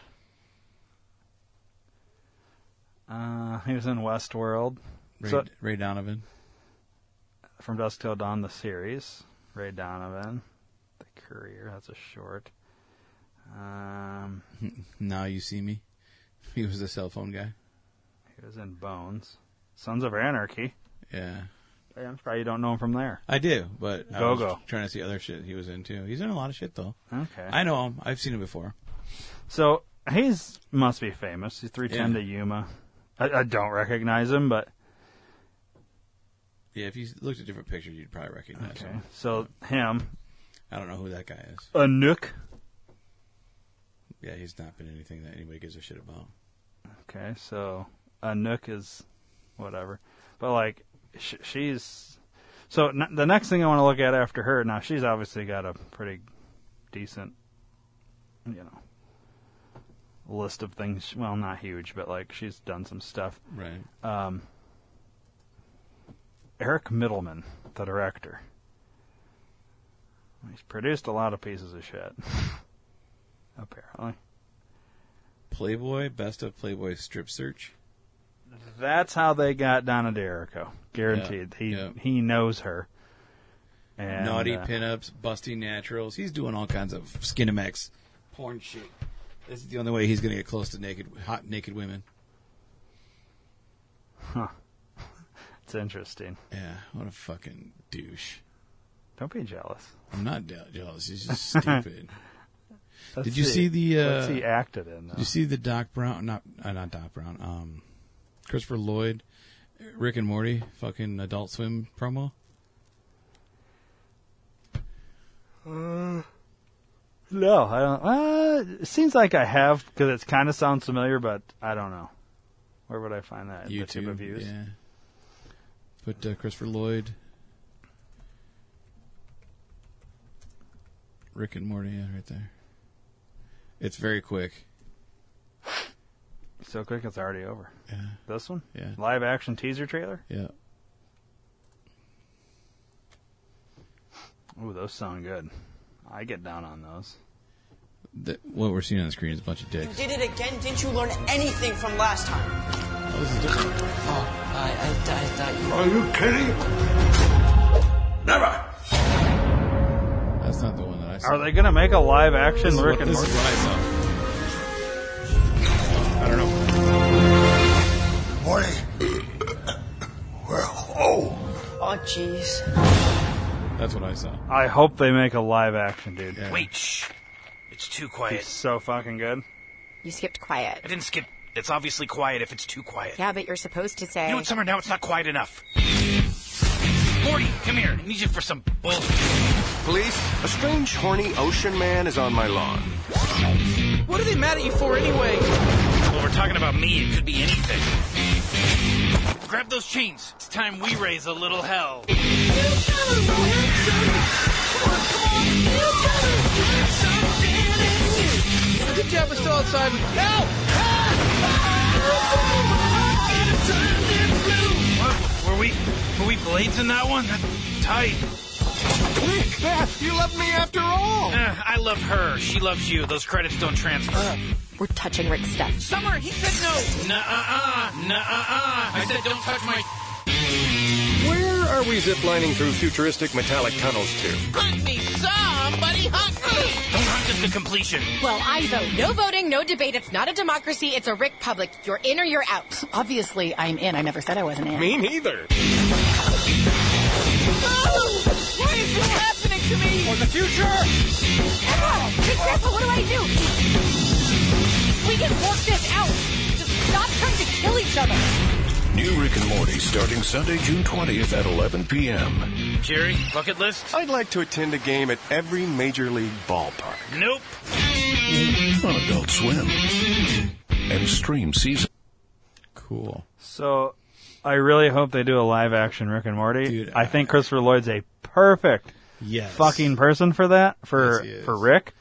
Uh, he was in Westworld. Ray, So- Ray Donovan. From Dusk Till Dawn, the series. Ray Donovan, The Courier. That's a short. Um, Now you see me. He was the cell phone guy. he was in Bones, Sons of Anarchy. Yeah. I'm surprised you don't know him from there. I do, but I was Go-Go. trying to see other shit he was into. He's in a lot of shit though. Okay. I know him. I've seen him before. So he's must be famous. He's three ten Yeah. to Yuma. I, I don't recognize him, but Yeah, if you looked at different pictures, you'd probably recognize okay. him. So him, I don't know who that guy is. Anuk. Yeah, he's not been anything that anybody gives a shit about. Okay, so Anuk is whatever, but like sh- she's. So n- the next thing I want to look at after her now, she's obviously got a pretty decent, you know, list of things. Well, not huge, but like she's done some stuff. Right. Um, Eric Middleman, the director. He's produced a lot of pieces of shit. Apparently. Playboy, best of Playboy strip search. That's how they got Donna DeErico. Guaranteed. he he knows her. And, Naughty uh, pinups, busty naturals. He's doing all kinds of skinemax porn shit. This is the only way he's going to get close to naked, hot naked women. Huh. It's interesting. Yeah, what a fucking douche. Don't be jealous. I'm not de- jealous. He's just stupid. Let's Did you see, the? Uh, what's he acted in? Though? Did you see the Doc Brown? Not uh, not Doc Brown. Um, Christopher Lloyd, Rick and Morty, fucking Adult Swim promo. Uh, no, I don't. Uh, it seems like I have because it kind of sounds familiar, but I don't know. Where would I find that? The type YouTube, of views. yeah. Put uh, Christopher Lloyd, Rick and Morty, yeah, right there. It's very quick. So quick, it's already over. Yeah. This one? Yeah. Live action teaser trailer? Yeah. Ooh, those sound good. I get down on those. The, what we're seeing on the screen is a bunch of You dicks. did it again. Didn't you learn anything from last time? Oh, this is different. Oh, I, I, I thought you. Are you kidding? Never! That's not the one that I saw. Are they gonna make a live action This is Rick what- and this Morty? is what I saw. I don't know. Morty, we're home. Oh, jeez. That's what I saw. I hope they make a live action, dude. Wait, shh. It's too quiet. He's so fucking good. You skipped quiet. I didn't skip. It's obviously quiet if it's too quiet. Yeah, but you're supposed to say. You know what, Summer? Now it's not quiet enough. Morty, come here. I need you for some bull. Police, a strange, horny ocean man is on my lawn. What are they mad at you for anyway? Well, we're talking about me. It could be anything. Grab those chains. It's time we raise a little hell. Good job, Mr. Outside. Help! Were we were we blades in that one? Tight. Quick, Beth, you love me after all. Uh, I love her. She loves you. Those credits don't transfer. Uh, We're touching Rick's stuff. Summer, he said no. Nuh uh uh. Nuh uh uh. I said don't touch my. Where are we ziplining through futuristic metallic tunnels to? Hunt me, somebody hunt me. Don't hunt us to completion. Well, I vote. No voting, no debate. It's not a democracy. It's a Rick public. You're in or you're out. Obviously, I'm in. I never said I wasn't in. Me neither. What is happening to me? For the future! Ow! Hey, Grandpa, what do I do? We can work this out. Just stop trying to kill each other. New Rick and Morty starting Sunday, June 20th at 11 p.m. Jerry, bucket list? I'd like to attend a game at every major league ballpark. Nope. On Adult Swim. And stream season. Cool. So, I really hope they do a live action Rick and Morty. I think Christopher Lloyd's a perfect Yes. fucking person for that for for Rick.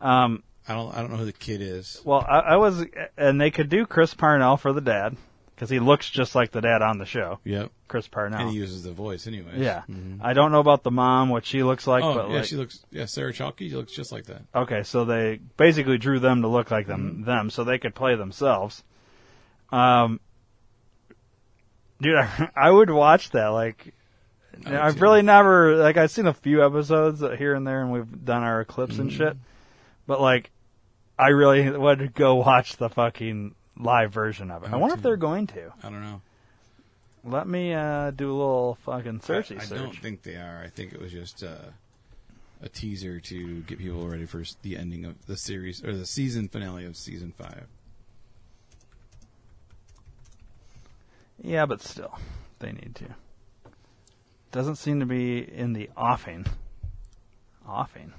Um, I don't. I don't know who the kid is. Well, I, I was, and they could do Chris Parnell for the dad because he looks just like the dad on the show. Yep. Chris Parnell. And he uses the voice, anyways. Yeah, Mhm. I don't know about the mom, what she looks like, oh, but yeah, like, she looks. Yeah, Sarah Chalky looks just like that. okay, so they basically drew them to look like them, Mm-hmm. them, so they could play themselves. Um, dude, I, I would watch that. Like, I would I've too. really never like I've seen a few episodes here and there, and we've done our clips and Mhm. shit, but like, I really would go watch the fucking live version of it. I would wonder if too. they're going to. I don't know. Let me uh, do a little fucking searchy I, I search. don't think they are. I think it was just uh, a teaser to get people ready for s- the ending of the series or the season finale of season five. Yeah, but still, they need to. Doesn't seem to be in the offing. Offing.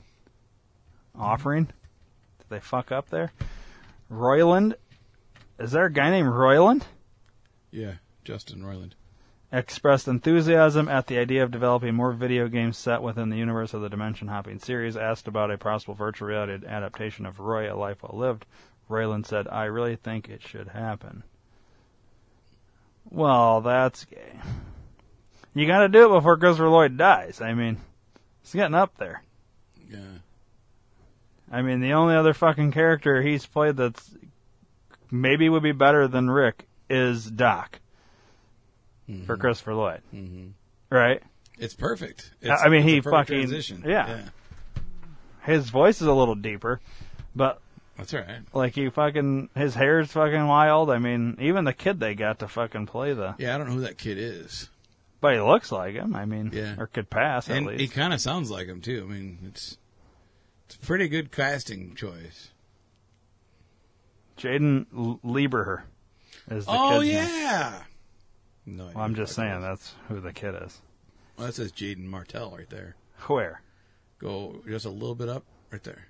Offering? Did they fuck up there? Royland? Is there a guy named Royland? Yeah, Justin Roiland. Expressed enthusiasm at the idea of developing more video games set within the universe of the Dimension Hopping series. Asked about a possible virtual reality adaptation of Roy, A Life Well Lived, Royland said, I really think it should happen. Well, that's gay. You gotta do it before Christopher Lloyd dies. I mean, he's getting up there. Yeah. I mean, the only other fucking character he's played that's maybe would be better than Rick is Doc for Christopher Lloyd. Mhm. Right? Mm-hmm. It's perfect. I- It's- I mean, it's a he perfect fucking transition. Yeah. Yeah. His voice is a little deeper, but That's all right. like he fucking his hair's fucking wild. I mean, even the kid they got to fucking play the, Yeah, I don't know who that kid is. but he looks like him. I mean, Yeah. or could pass at and least. he kind of sounds like him too. I mean, it's it's a pretty good casting choice. Jaden L- Lieberher is the Oh, kid's name. yeah. No, Well, I'm just saying that's who the kid is. Well, that says Jaden Martell right there. Where? Go just a little bit up, right there.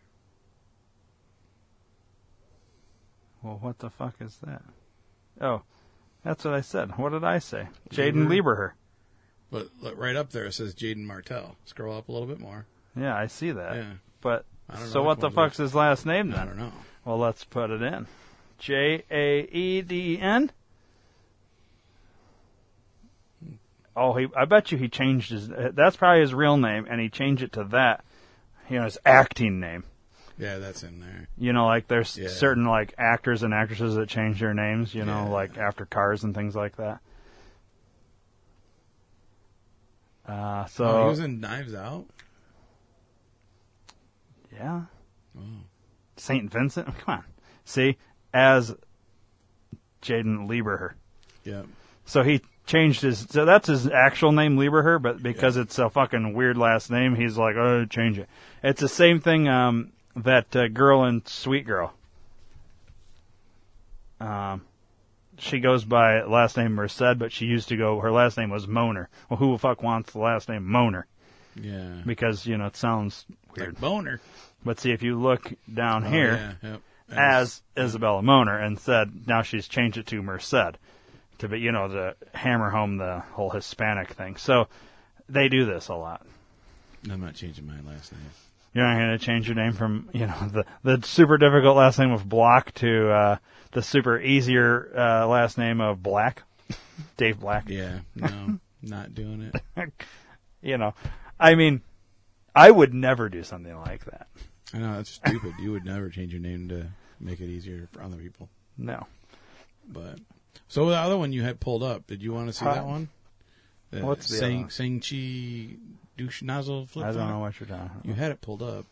Well, what the fuck is that? Oh, that's what I said. What did I say? Jaden Lieberher. But look, right up there it says Jaden Martell. Scroll up a little bit more. Yeah, I see that. Yeah. But I don't know so which what the one's which. fuck's his last name I then? don't know. Well, let's put it in. J A E D N. Oh, he. I bet you he changed his. That's probably his real name, and he changed it to that. You know, his acting name. Yeah, that's in there. You know, like there's Yeah. certain like actors and actresses that change their names. You know, like after Cars and things like that. Uh, so Uh, oh, he was in Knives Out. Yeah. Oh. Saint Vincent. Come on. See, as Jaden Lieberher. Yeah. So he changed his. So that's his actual name, Lieberher, but because it's a fucking weird last name, he's like, oh, change it. It's the same thing um, that uh, girl in Sweet Girl. Um, she goes by last name Merced, but she used to go. Her last name was Moner. Well, who the fuck wants the last name Moner? Yeah. Because you know it sounds weird. Boner. But see, if you look down Oh, here, yeah, yep. as Isabella Moner, and said now she's changed it to Merced, to be you know to hammer home the whole Hispanic thing. So they do this a lot. I'm not changing my last name. You're not going to change your name from you know the the super difficult last name of Block to uh, the super easier uh, last name of Black, Dave Black. Yeah, no, not doing it. you know, I mean, I would never do something like that. I know that's stupid. you would never change your name to make it easier for other people. No. But so the other one you had pulled up. Did you want to see Huh? that one? What's the other Sing one? Sing Chi douche nozzle flip? I don't flop? know what you're talking about. You had it pulled up.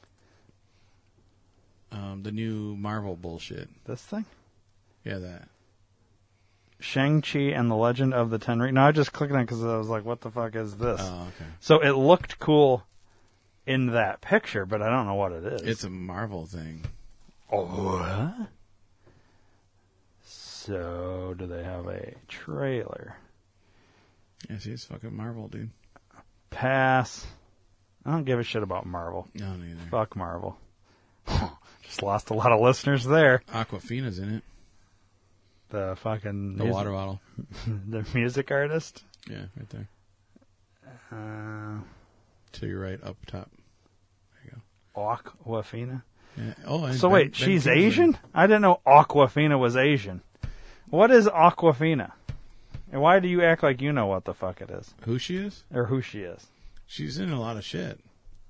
Um, the new Marvel bullshit. This thing? Yeah, that. Shang-Chi and the Legend of the Ten Rings. No, I just clicked on it because I was like, what the fuck is this? Oh, okay. So it looked cool in that picture, but I don't know what it is. It's a Marvel thing. Oh. What? So do they have a trailer? Yeah, see, it's fucking Marvel, dude. Pass. I don't give a shit about Marvel. No, neither. Fuck Marvel. just lost a lot of listeners there. Aquafina's in it. The fucking The music- water bottle. the music artist. Yeah, right there. Uh, To your right, up top. Aquafina. Yeah. Oh, and so Ben- wait, Ben she's Kingsley. Asian? I didn't know Aquafina was Asian. What is Aquafina? And why do you act like you know what the fuck it is? Who she is? Or who she is? She's in a lot of shit.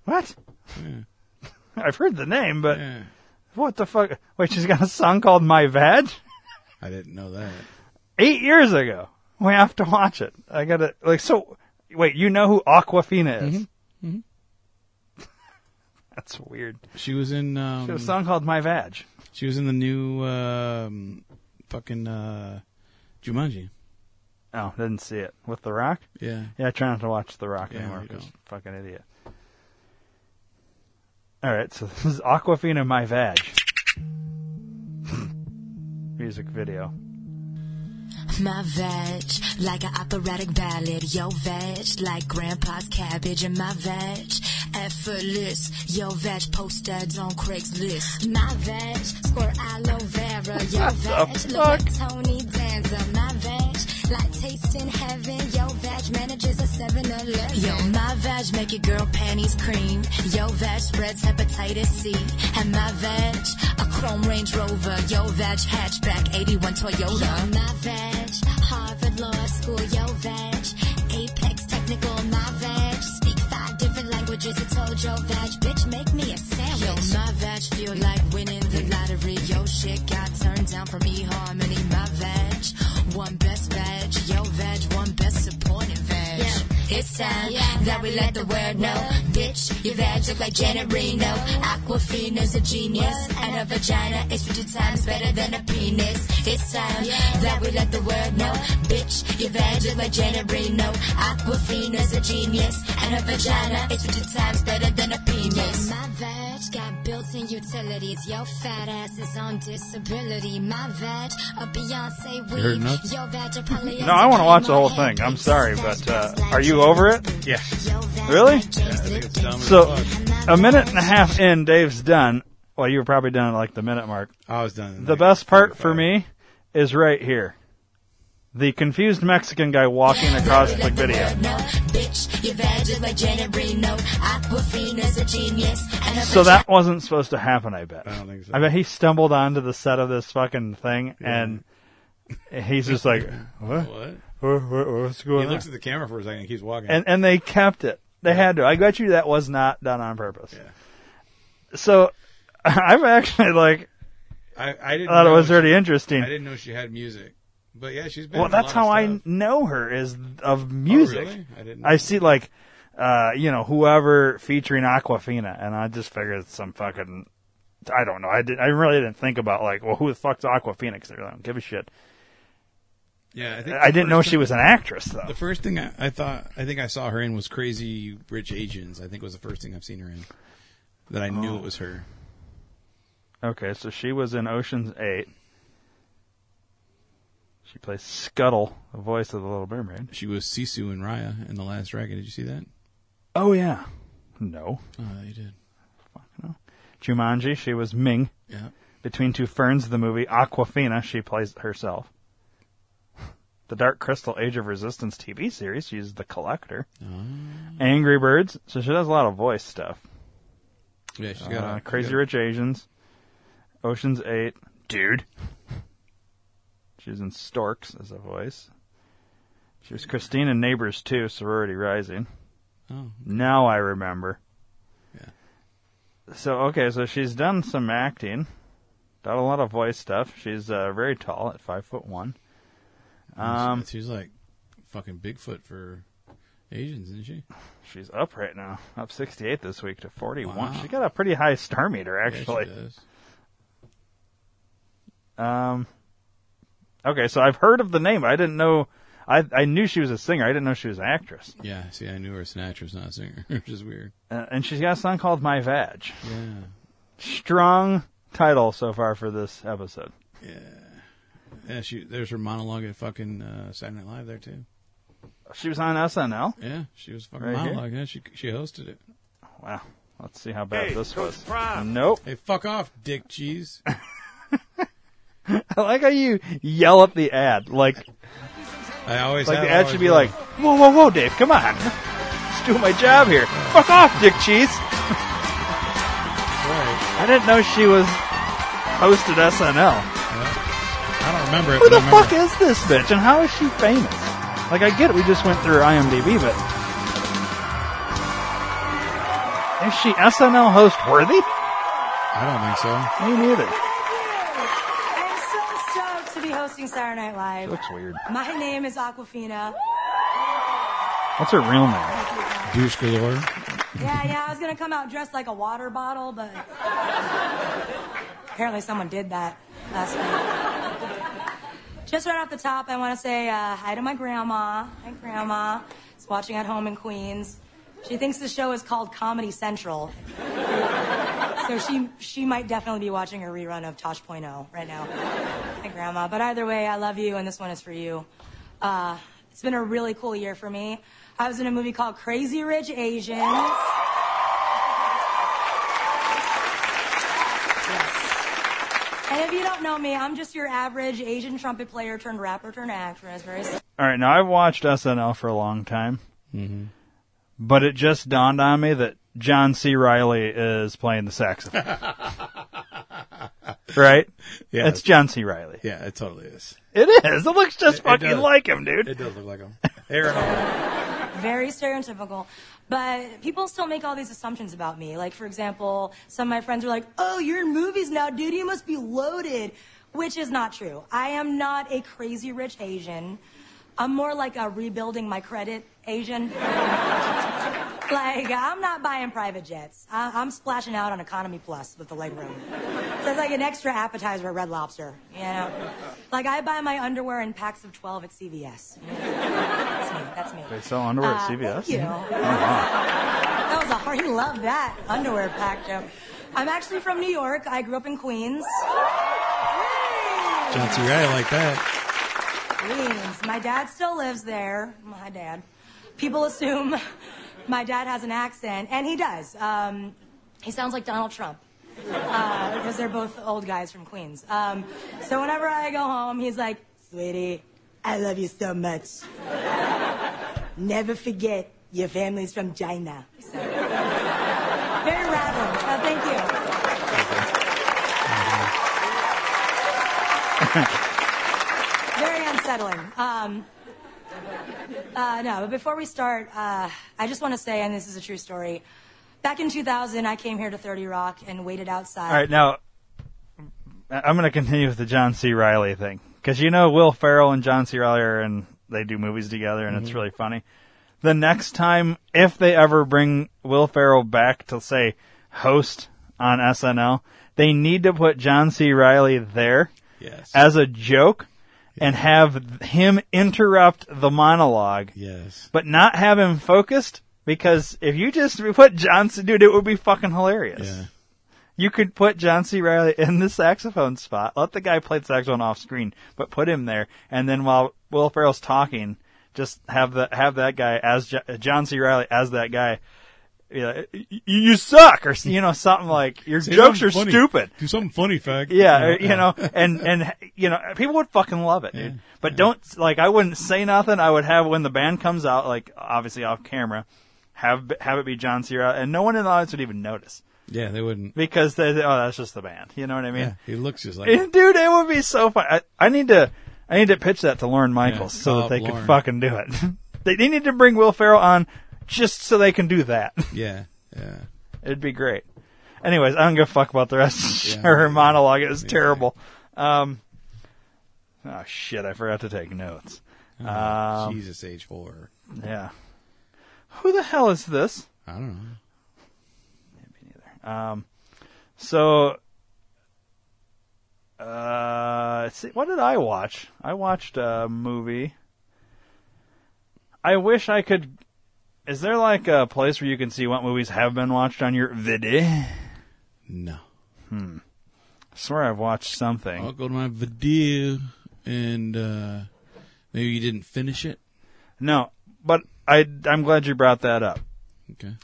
What? Yeah. I've heard the name, but Yeah. what the fuck? Wait, she's got a song called My Vag? I didn't know that. Eight years ago. We have to watch it. I gotta, like, so, wait, you know who Aquafina is? Mhm. That's weird. She was in. Um, she has a song called My Vag. She was in the new um, fucking uh, Jumanji. Oh, didn't see it. With The Rock? Yeah. Yeah, I try not to watch The Rock Yeah, anymore you 'cause don't. fucking idiot. All right, so this is Aquafina My Vag. Music video. My veg, like an operatic ballad. Yo veg, like grandpa's cabbage. And my veg, effortless. Yo veg, posters on Craigslist. My veg, squirt aloe vera. Yo What the veg, look like Tony Danza. My veg, like tasting heaven. Yo veg, manages a 7-Eleven. Yo, my veg, make your girl panties cream. Yo veg, spreads hepatitis C. And my veg, a chrome Range Rover. Yo veg, hatchback, 81 Toyota. Yo, my veg, Harvard Law School. Yo veg, Apex Technical. My veg, speak five different languages. I told yo veg, bitch, make me a sandwich. Yo, my veg, feel like winning the lottery. Yo, shit got turned down from eHarmony. My veg, one best veg. Yo veg, one best supporting veg. It's time that we let the world know. Bitch, your vag look like Janet Reno. Aquafina's a genius, and her vagina is 50 times better than a penis. It's time that we let the world know. Bitch, your vag look like Janet Reno. Aquafina's a genius, and her vagina is 50 times better than a penis. My vag got built-in utilities. Your fat ass is on disability. My vag, a Beyonce You heard enough? Your vag, a polyester. No, I want to watch the whole thing. I'm sorry, but uh, are you over it? Yeah. Really? as So, a minute and a half in, Dave's done. Well, you were probably done at like the minute mark. I was done. The best part for me is right here. The confused Mexican guy walking across the video. Bitch, your vag is like Janet Reno. Aquafina's a genius. And her So that wasn't supposed to happen, I bet. I don't think so. bet he stumbled onto the set of this fucking thing and he's just like, what? What? What- what- What's He going on? looks at the camera for a second and keeps walking. and and they kept it. They had to. I bet you that was not done on purpose. So I'm actually like, I, I didn't thought it know was she- really interesting. I didn't know she had music. But yeah, she's been. Well, in a lot that's how of I know her is of music. really? Oh, I didn't I see like uh, you know, whoever featuring Aquafina, and I just figured it's some fucking, I don't know. I did, I really didn't think about like, well, who the fuck's Aquafina? Because I really don't give a shit. Yeah, I, think I the didn't know first she thing- was an actress though. The first thing I, I thought, I think I saw her in was Crazy Rich Asians. I think was the first thing I've seen her in that I knew Oh. it was her. Okay, so she was in Ocean's Eight. She plays Scuttle, the voice of the Little Mermaid. She was Sisu in Raya in the Last Dragon. Did you see that? Oh yeah, no. Oh, you did. Jumanji, she was Ming. Yeah. Between Two Ferns, the movie Aquafina, she plays herself. The Dark Crystal Age of Resistance TV series, she's the collector. Ah. Angry Birds, so she does a lot of voice stuff. Yeah, she's got Uh, a- Crazy got a- Rich Asians, Ocean's Eight, Dude. She's in Storks as a voice. She was Christine in Neighbors too, Sorority Rising. Oh. Now I remember. Yeah. So okay, so she's done some acting, done a lot of voice stuff. She's uh, very tall at five foot one. Um, she's like fucking Bigfoot for Asians, isn't she? She's up right now, up sixty eight this week to forty one. Wow. She got a pretty high star meter Yeah, she actually. does. Um, okay, so I've heard of the name. I didn't know. I I knew she was a singer. I didn't know she was an actress. Yeah, see, I knew her as an actress, not a singer, which is weird. Uh, and she's got a song called "My Vag." Yeah. Strong title so far for this episode. Yeah, she. There's her monologue at fucking uh, Saturday Night Live there too. She was on SNL. Yeah, she was fucking Right here? monologue. Yeah, she she hosted it. Wow. Let's see how bad Hey, this Coach was. Prime. Nope. Hey, fuck off, dick cheese. I like how you yell at the ad. Like I always like have, the ad always should be will. like, whoa, whoa, whoa, Dave, come on, just doing my job here. Fuck off, Dick Cheese. I didn't know she was hosted SNL. I don't remember it. Who but I the remember- fuck is this bitch, and how is she famous? Like I get it, we just went through IMDb, but is she SNL host worthy? I don't think so. Me neither. I'm so stoked to be hosting Saturday Night Live. She looks weird. My name is Aquafina. What's her real name? Douche galore. Yeah, yeah, I was gonna come out dressed like a water bottle, but apparently someone did that last night. Just right off the top, I want to say uh, hi to my grandma. My grandma is watching at home in Queens. She thinks the show is called Comedy Central, so she she might definitely be watching a rerun of Tosh.0 right now. Hi, grandma. But either way, I love you, and this one is for you. Uh, it's been a really cool year for me. I was in a movie called Crazy Rich Asians. And if you don't know me, I'm just your average Asian trumpet player turned rapper turned actress. Very s- All right, now I've watched SNL for a long time, Mm-hmm. but it just dawned on me that John C. Riley is playing the saxophone. right? Yeah. It's John C. Riley. Yeah, it totally is. It is. It looks just It- it fucking does. like him, dude. It does look like him. Hair and all. very stereotypical. But people still make all these assumptions about me. Like, for example, some of my friends are like, oh, you're in movies now, dude. You must be loaded. Which is not true. I am not a crazy rich Asian. I'm more like a rebuilding my credit Asian. like, I'm not buying private jets. I- I'm splashing out on Economy Plus with the legroom. So it's like an extra appetizer at Red Lobster, you know? Like, I buy my underwear in packs of 12 at CVS. That's me. That's me. They sell underwear at Uh, CVS. Thank you. That was a hard. You love that underwear pack joke. I'm actually from New York. I grew up in Queens. John C. Riley like that. Queens. My dad still lives there. My dad. People assume my dad has an accent, and he does. Um, he sounds like Donald Trump. Uh, because they're both old guys from Queens. Um, so whenever I go home, he's like, sweetie, I love you so much. Never forget your family's from China. So, very rapid. Uh, thank you. very unsettling. Um, uh, no, but before we start, uh, I just want to say, and this is a true story. Back in 2000, I came here to 30 Rock and waited outside. All right, now I- I'm going to continue with the John C. Riley thing because you know Will Ferrell and John C. Riley are in they do movies together, and it's Mhm. really funny. the next time, if they ever bring Will Ferrell back to say host on SNL, they need to put John C. Riley there Yes. as a joke and have him interrupt the monologue. Yes. But not have him focused because if you just put John C. Dude, it would be fucking hilarious. Yeah. You could put John C. Riley in the saxophone spot. Let the guy play the saxophone off screen, but put him there. And then while Will Ferrell's talking, just have the have that guy as Jo- John C. Riley as that guy. be like, "Y- y- you suck, or you know something like your Say jokes something are funny. stupid. Do something funny, fag. Yeah, or, you know, and and you know, people would fucking love it, dude. But don't like I wouldn't say nothing. I would have when the band comes out, like obviously off camera, have have it be John Cena, and no one in the audience would even notice Yeah, they wouldn't. because they, they- oh that's just the band. You know what I mean? Yeah, he looks just like. It- dude, it would be so fun. I, I need to I need to pitch that to Lauren Michaels Yeah. so Oh, that they Lorne. can fucking do it. they, they need to bring Will Ferrell on just so they can do that. Yeah, yeah. It'd be great. Anyways, I don't give a fuck about the rest of her monologue. It was terrible. Um, oh shit, I forgot to take notes. Oh, Um, Jesus H horror. Yeah. Who the hell is this? I don't know. Um, so, uh, let's see, what did I watch? I watched a movie. I wish I could. Is there like a place where you can see what movies have been watched on your video? No. Hmm. I swear I've watched something. I'll go to my video and uh, maybe you didn't finish it. No, but I I'm glad you brought that up. Okay.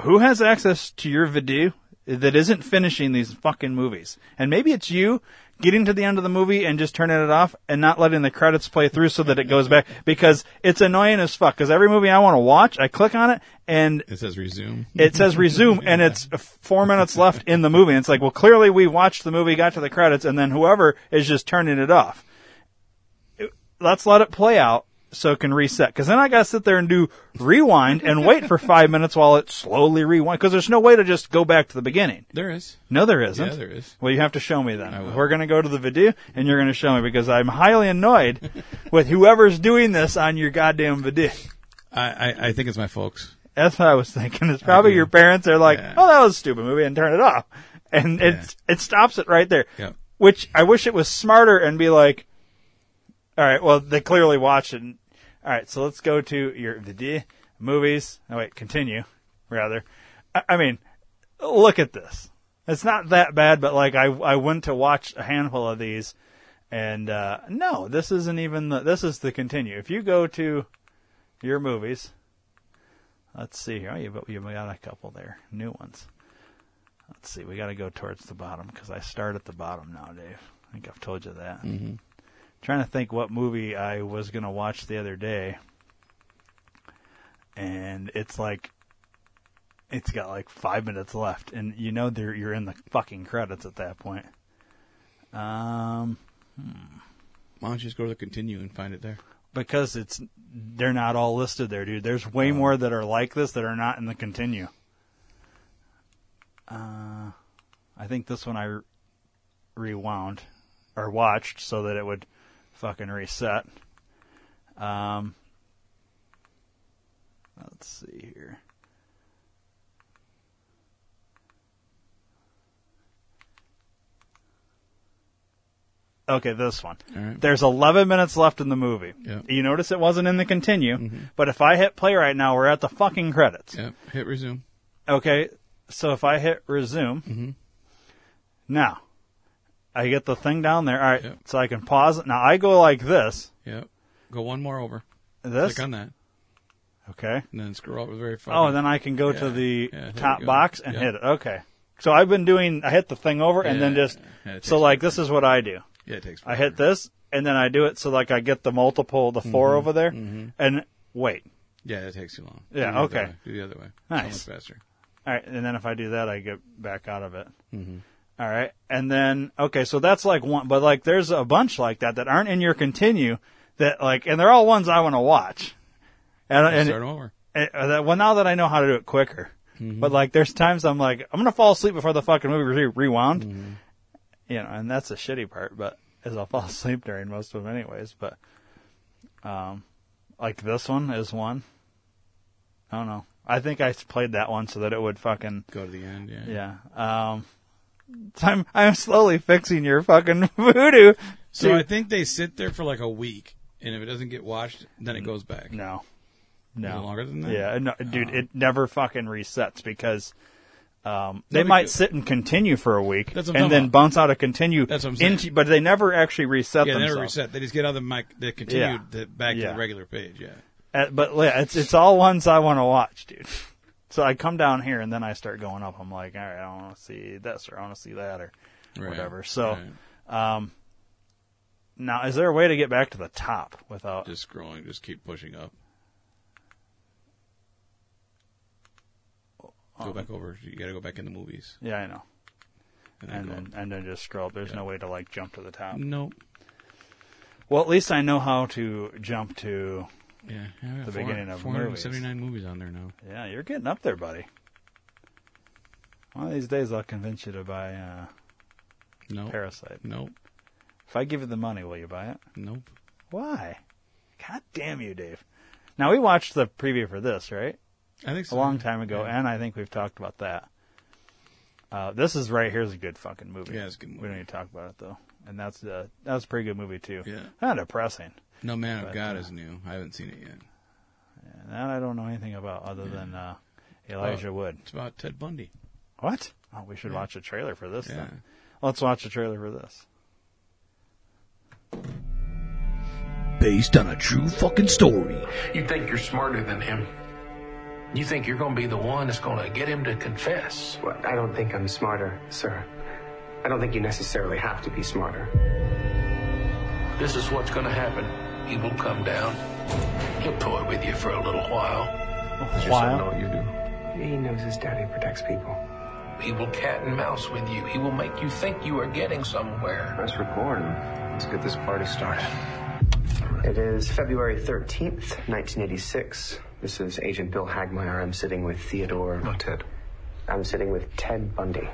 Who has access to your video that isn't finishing these fucking movies? And maybe it's you getting to the end of the movie and just turning it off and not letting the credits play through so that it goes back because it's annoying as fuck. Because every movie I want to watch, I click on it and It says resume. it says resume and it's four minutes left in the movie. And it's like, well, clearly we watched the movie, got to the credits, and then whoever is just turning it off. It- Let's let it play out so it can reset. Because then I got to sit there and do rewind and wait for five minutes while it slowly rewind. Because there's no way to just go back to the beginning. There is. No, there isn't. Yeah, there is. Well, you have to show me then. We're going to go to the video and you're going to show me because I'm highly annoyed with whoever's doing this on your goddamn video. I, I, I think it's my folks. That's what I was thinking. It's probably your parents are like, "Oh, that was a stupid movie," and turn it off, and it it stops it right there. Yep. Which I wish it was smarter and be like, "All right, well, they clearly watched it. and- All right, so let's go to your the d- movies. Oh wait, continue rather. I, I mean, look at this. It's not that bad, but like I I went to watch a handful of these, and uh, no, this isn't even the this is the continue. If you go to your movies. Let's see here. Oh, you, but you got a couple there. New ones. Let's see. We got to go towards the bottom because I start at the bottom now, Dave. I think I've told you that. Mhm. Trying to think what movie I was going to watch the other day. And it's like, it's got like five minutes left. And you know they're, you're in the fucking credits at that point. Um, hmm. Why don't you just go to the continue and find it there? Because it's they're not all listed there, dude. There's way more that are like this that are not in the continue. Uh, I think this one I re- rewound or watched so that it would fucking reset. Um, Uh, let's see here. Okay, this one. There's 11 minutes left in the movie. You notice it wasn't in the continue, but if I hit play right now, we're at the fucking credits. Mm-hmm. Yep. Hit resume. Mm-hmm. Okay, so if I hit resume, now I get the thing down there. All right, so I can pause it. Now I go like this. Yep. Go one more over. This? Click on that. Okay. And then scroll up to the very far. Oh, and then I can go Yeah, to the yeah, there top you go. box and Yep. hit it. Okay. So I've been doing, I hit the thing over and then Yeah. just, Yeah, it so takes like this is what I do. Yeah, it takes I hit this and then I do it so like I get the multiple, the 4 Mhm, over there mhm. and wait. Yeah, it takes too long. Yeah, Do the other okay. way. Do the other way. So Nice. much faster. All right. And then if I do that, I get back out of it. Mhm. All right. And then, okay, so that's like one, but like there's a bunch like that that aren't in your continue that like, and they're all ones I want to watch. And, Let's and start 'em over. and, uh, that- well, now that I know how to do it quicker, Mm-hmm. but like there's times I'm like, I'm gonna fall asleep before the fucking movie re- rewound, Mm-hmm. you know, and that's the shitty part. But is I'll fall asleep during most of them anyways. But um, like this one is one. I don't know. I think I played that one so that it would fucking go to the end. Yeah. Yeah. Um, so I'm I'm slowly fixing your fucking voodoo. So to- I think they sit there for like a week, and if it doesn't get watched, then it goes back. Mm. No, no longer than that. Oh. Yeah, no, dude, it never fucking resets because um, No, they they might do. sit and continue for a week That's what I'm and talking then about. bounce out a continue. That's what I'm saying. into- but they never actually reset yeah, they themselves. never reset. They just get out of the mic. They continue Yeah. to, back to Yeah. the regular page. Yeah. Uh, but yeah, it's it's all ones I want to watch, dude. So I come down here and then I start going up. I'm like, all right, I want to see this or I want to see that or Right, whatever. So, um, now is there a way to get back to the top without just scrolling? Just keep pushing up. go back over. You got to go back in the movies. Um, Yeah, I know. And And then then go and, then just scroll. There's no way to like jump to the top. Nope. Well, at least I know how to jump to Yeah, yeah, the four- beginning of movies. 479 Oh, movies on there now. Yeah, you're getting up there, buddy. One of these days, I'll convince you to buy uh, Parasite. Nope. If I give you the money, will you buy it? Nope. Why? God damn you, Dave. Now we watched the preview for this, right? I think so. A long time ago, and I think we've talked about that. Uh, this is right here is a good fucking movie. Yeah, it's a good We don't need to talk about it though, and that's uh, that was a pretty good movie too. Yeah. kind of depressing. No Man of But, God uh, is new. I haven't seen it yet. And that I don't know anything about other than uh, Elijah About- Wood. Oh, It's about Ted Bundy. What? Oh, we should Yeah. watch a trailer for this. Yeah. Then. Let's watch a trailer for this. based on a true fucking story. You think you're smarter than him. You think you're going to be the one that's going to get him to confess. Well, I don't think I'm smarter, sir. I don't think you necessarily have to be smarter. This is what's going to happen. He will come down. He'll toy with you for a little while. Just while? know what you do. He knows his daddy protects people. He will cat and mouse with you. He will make you think you are getting somewhere. Let's record. Let's get this party started. It is February 13th, 1986. This is Agent Bill Hagmeyer. I'm sitting with Theodore. Not Ted. I'm sitting with Ted Bundy.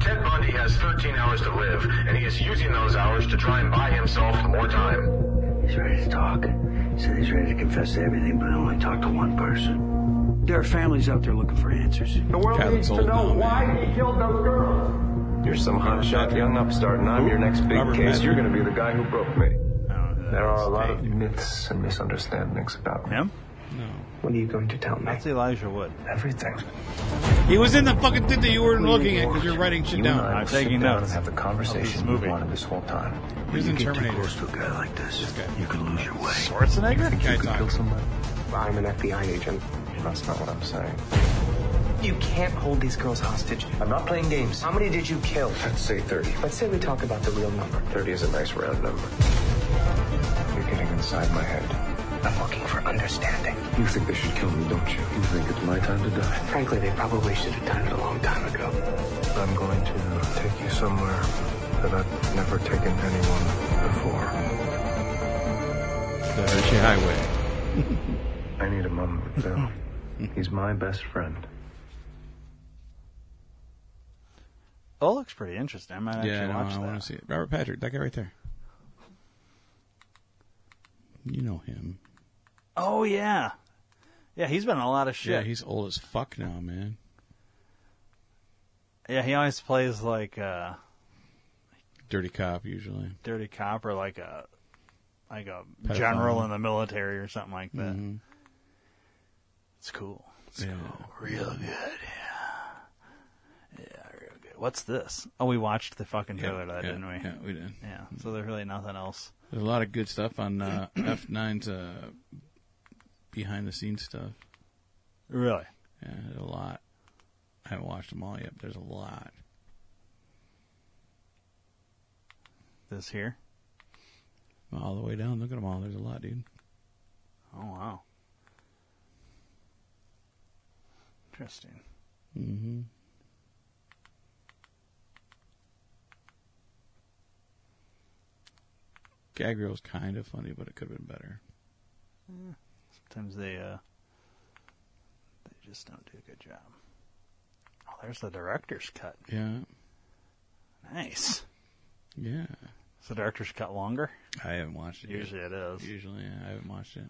Ted Bundy has 13 hours to live, and he is using those hours to try and buy himself more time. He's ready to talk. He said he's ready to confess to everything, but only talk to one person. There are families out there looking for answers. The world needs to know why he killed those girls. You're some hotshot young upstart, and I'm your next big case, you're going to be the guy who broke me. Oh, There are a lot of myths and misunderstandings about me. Him? No. What are you going to tell me? That's Elijah Wood. Everything. He was in the fucking thing that you weren't looking at because you're writing shit You down. and I I'm will sit taking down and notes. have the Of conversation this we movie. wanted this whole time. He was in Terminator. to a guy like this, you can lose your way. Schwarzenegger? You could kill someone. I'm an FBI agent. That's not what I'm saying. You can't hold these girls hostage. I'm not playing games. How many did you kill? Let's say 30. Let's say we talk about the real number. 30 is a nice round number. You're getting inside my head. I'm looking for understanding. You think they should kill me, don't you? You think it's my time to die. Frankly, they probably should have done it a long time ago. I'm going to take you somewhere that I've never taken anyone before. The Hershey Highway. I need a moment with Bill. He's my best friend. Oh, it looks pretty interesting. I might yeah, actually no, watch I that. want to see it. Robert Patrick, that guy right there. You know him. Oh yeah, yeah. He's been in a lot of shit. Yeah, he's old as fuck now, man. Yeah, he always plays like a Dirty cop usually. dirty cop or like a like a Pedophile. general in the military or something like that. Mhm. It's cool. It's Yeah. cool. Real good. Yeah. Yeah, real good. What's this? Oh, we watched the fucking Yeah, trailer to that, yeah, didn't we? yeah, we did. Mm-hmm. Yeah. So there's really nothing else. There's a lot of good stuff on uh, F9's uh, behind the scenes stuff. Really? Yeah, there's a lot. I haven't watched them all yet, but there's a lot. This here? All the way down. Look at them all. There's a lot, dude. Oh wow. Interesting. Mm-hmm. Gag reel's kind of funny, but it could have been better. Yeah. Sometimes they uh they just don't do a good job. Oh, there's the director's cut. Yeah, Nice. yeah. Is the director's cut longer? I haven't watched it. Usually yet. it is. Usually, yeah, I haven't watched it.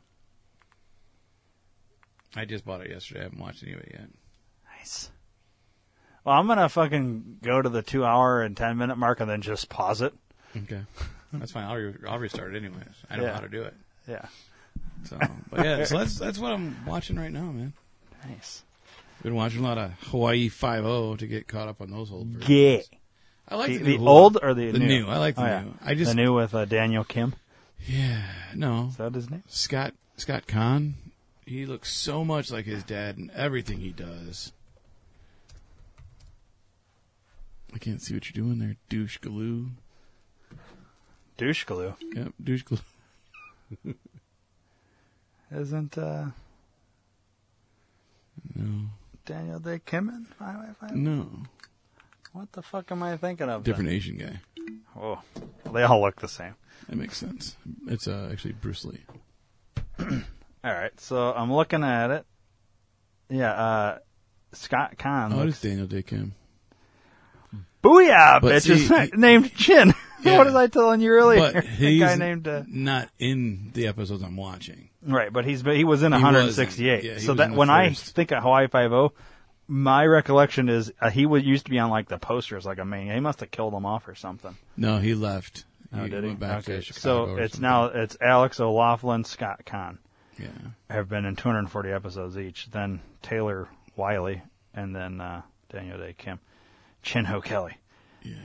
I just bought it yesterday. I haven't watched any of it yet. Nice. Well, I'm gonna fucking go to the two hour and ten minute mark and then just pause it. Okay, that's fine. I'll, re- I'll restart it anyways. I know Yeah. how to do it. Yeah. So, but yeah, so that's that's what I'm watching right now, man. Nice. Been watching a lot of Hawaii Five O to get caught up on those old versions. Yeah. I like the, the new one. old or the, The new? new. I like the Oh, yeah. new. I just- the new with uh, Daniel Kim. Yeah, no. Is that his name? Scott Scott Kahn. He looks so much like his dad in everything he does. I can't see what you're doing there, douche galoo. Douche glue. Yep, douche galoo. Isn't uh, No, Daniel Day Kim in Highway Five? no, What the fuck am I thinking of? then? different Asian guy. Oh, they all look the same. That makes sense. It's uh, actually Bruce Lee. All right, so I'm looking at it. Yeah, uh, Scott Kahn. Oh, it looks- is Daniel Day Kim. Booyah, But bitch! It's see, not named Chin. what was I telling you earlier? But a he's guy named uh, not in the episodes I'm watching. Right, but he's but he was in He was in- 168. yeah, he was so in that the when I first. think of Hawaii Five O, my recollection is uh, he was used to be on like the posters, like a mania. He must have killed him off or something. No, he left. Oh, did he? went back okay. to Chicago so or it's something. now it's Alex O'Laughlin, Scott Kahn. Yeah. Have been in 240 episodes each. Then Taylor Wiley, and then uh, Daniel Day Kim, Chin Ho Kelly.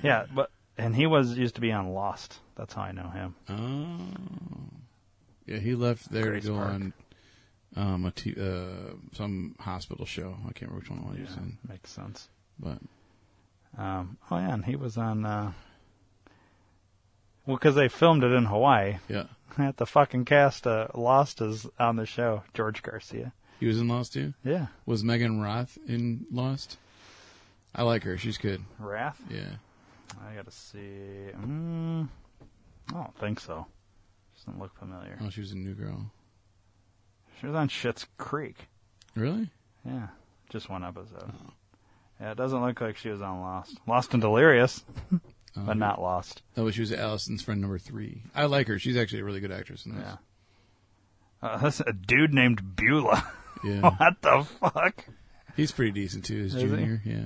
Yeah. but and he was used to be on Lost. That's how I know him. Oh. Yeah, he left there Grace to go Park. on um, a t- uh, some hospital show. I can't remember which one it was he was in. Makes sense. But Um, oh yeah, and he was on. Uh, well, because they filmed it in Hawaii. Yeah. At the fucking cast uh, Lost is on the show. George Garcia. he was in Lost too. Yeah. Was Megan Roth in Lost? I like her. She's good. Wrath. Yeah. I gotta see. Mm, I don't think so. Doesn't look familiar. Oh, she was a new girl. She was on Shit's Creek. Really? Yeah, just one episode. Oh. Yeah, it doesn't look like she was on Lost. Lost and Delirious, but not Lost. No, Oh. but she was Allison's friend number three. I like her. She's actually a really good actress in this. Yeah. Uh, that's a dude named Beulah. Yeah. what the fuck? He's pretty decent too. His Is he? junior. Yeah.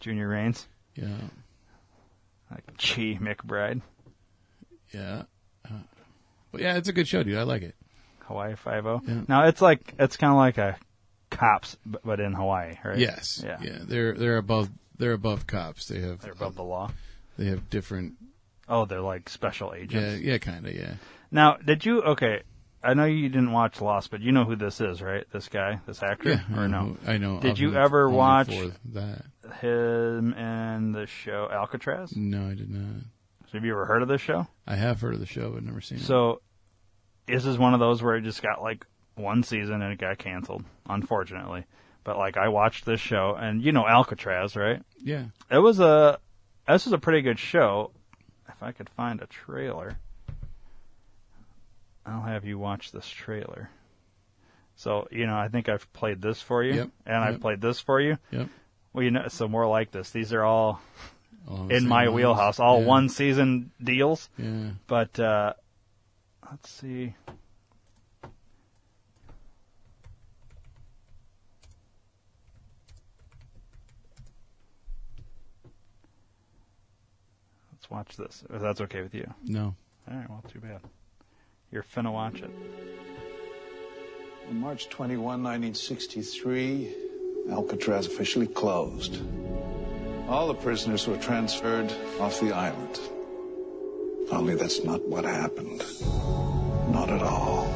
Junior Reigns. Yeah. Like Chi McBride. Yeah. Uh, but yeah, it's a good show, dude. I like it. Hawaii Five O. Now it's like it's kind of like a cops, b- but in Hawaii, right? Yes. Yeah. They're they're above they're above cops. They have They're above the law. they have different. Oh, they're like special Yeah. agents. Yeah. Kind of. Yeah. Now, did you? Okay, I know you didn't watch Lost, but you know who this is, right? This guy, this actor, Yeah, I or know no? who- I know Did of you him ever only watch for that. him in the show Alcatraz? No, I did not. Have you ever heard of this show? I have heard of the show, but never seen it. So, this is one of those where it just got like one season and it got canceled, unfortunately. But like, I watched this show, and you know Alcatraz, right? Yeah. It was a this was a pretty good show. If I could find a trailer, I'll have you watch this trailer. So you know, I think I've played this for you, Yep. and I've Yep. played this for you. Yep. Well, you know, so more like this. These are all Along the in same my lines. wheelhouse. All Yeah. one season deals. Yeah. But uh, let's see. Let's watch this. If that's okay with you. No. All right. Well, too bad. You're finna watch it. On March 21, 1963, Alcatraz officially closed. All the prisoners were transferred off the island. Only that's not what happened. Not at all.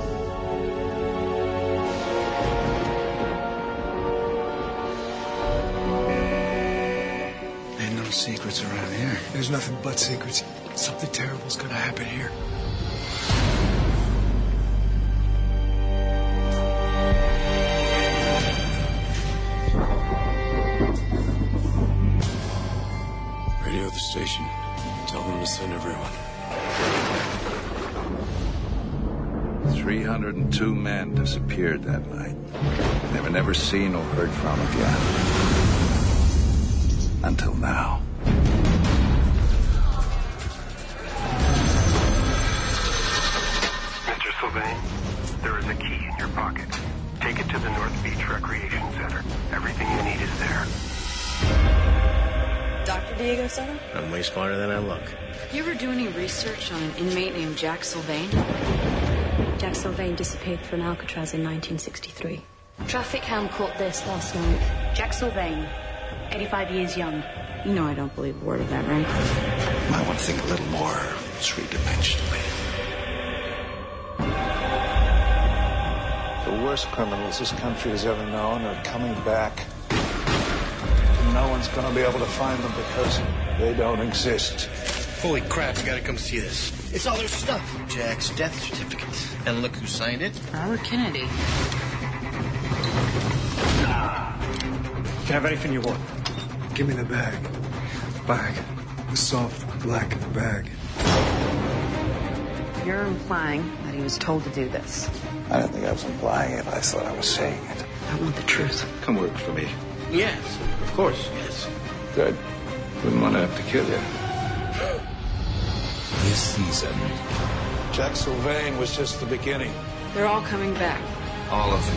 There are no secrets around here. There's nothing but secrets. Something terrible's gonna happen here. Radio the station. Tell them to send everyone. 302 men disappeared that night. They were never seen or heard from again. Until now. Mr. Sylvain, there is a key in your pocket. Take it to the North Beach Diego Soto? I'm way smarter than I look. You ever do any research on an inmate named Jack Sylvain? Jack Sylvain disappeared from Alcatraz in 1963. Traffic Hound caught this last night. Jack Sylvain, 85 years young. You know I don't believe a word of that, right? I want to think a little more three dimensionally. The worst criminals this country has ever known are coming back. And no one's going to be able to find them because they don't exist. Holy crap, you gotta come see this. It's all their stuff. Jack's death certificate. And look who signed it. Robert Kennedy. Can I have anything you want? Give me the bag. Bag. The soft black bag. You're implying that he was told to do this. I don't think I was implying it. I thought I was saying it. I want the truth. Come work for me. Yes, of course, yes. Good. Wouldn't want to have to kill you. This season. Jack Sylvain was just the beginning. They're all coming back. All of them.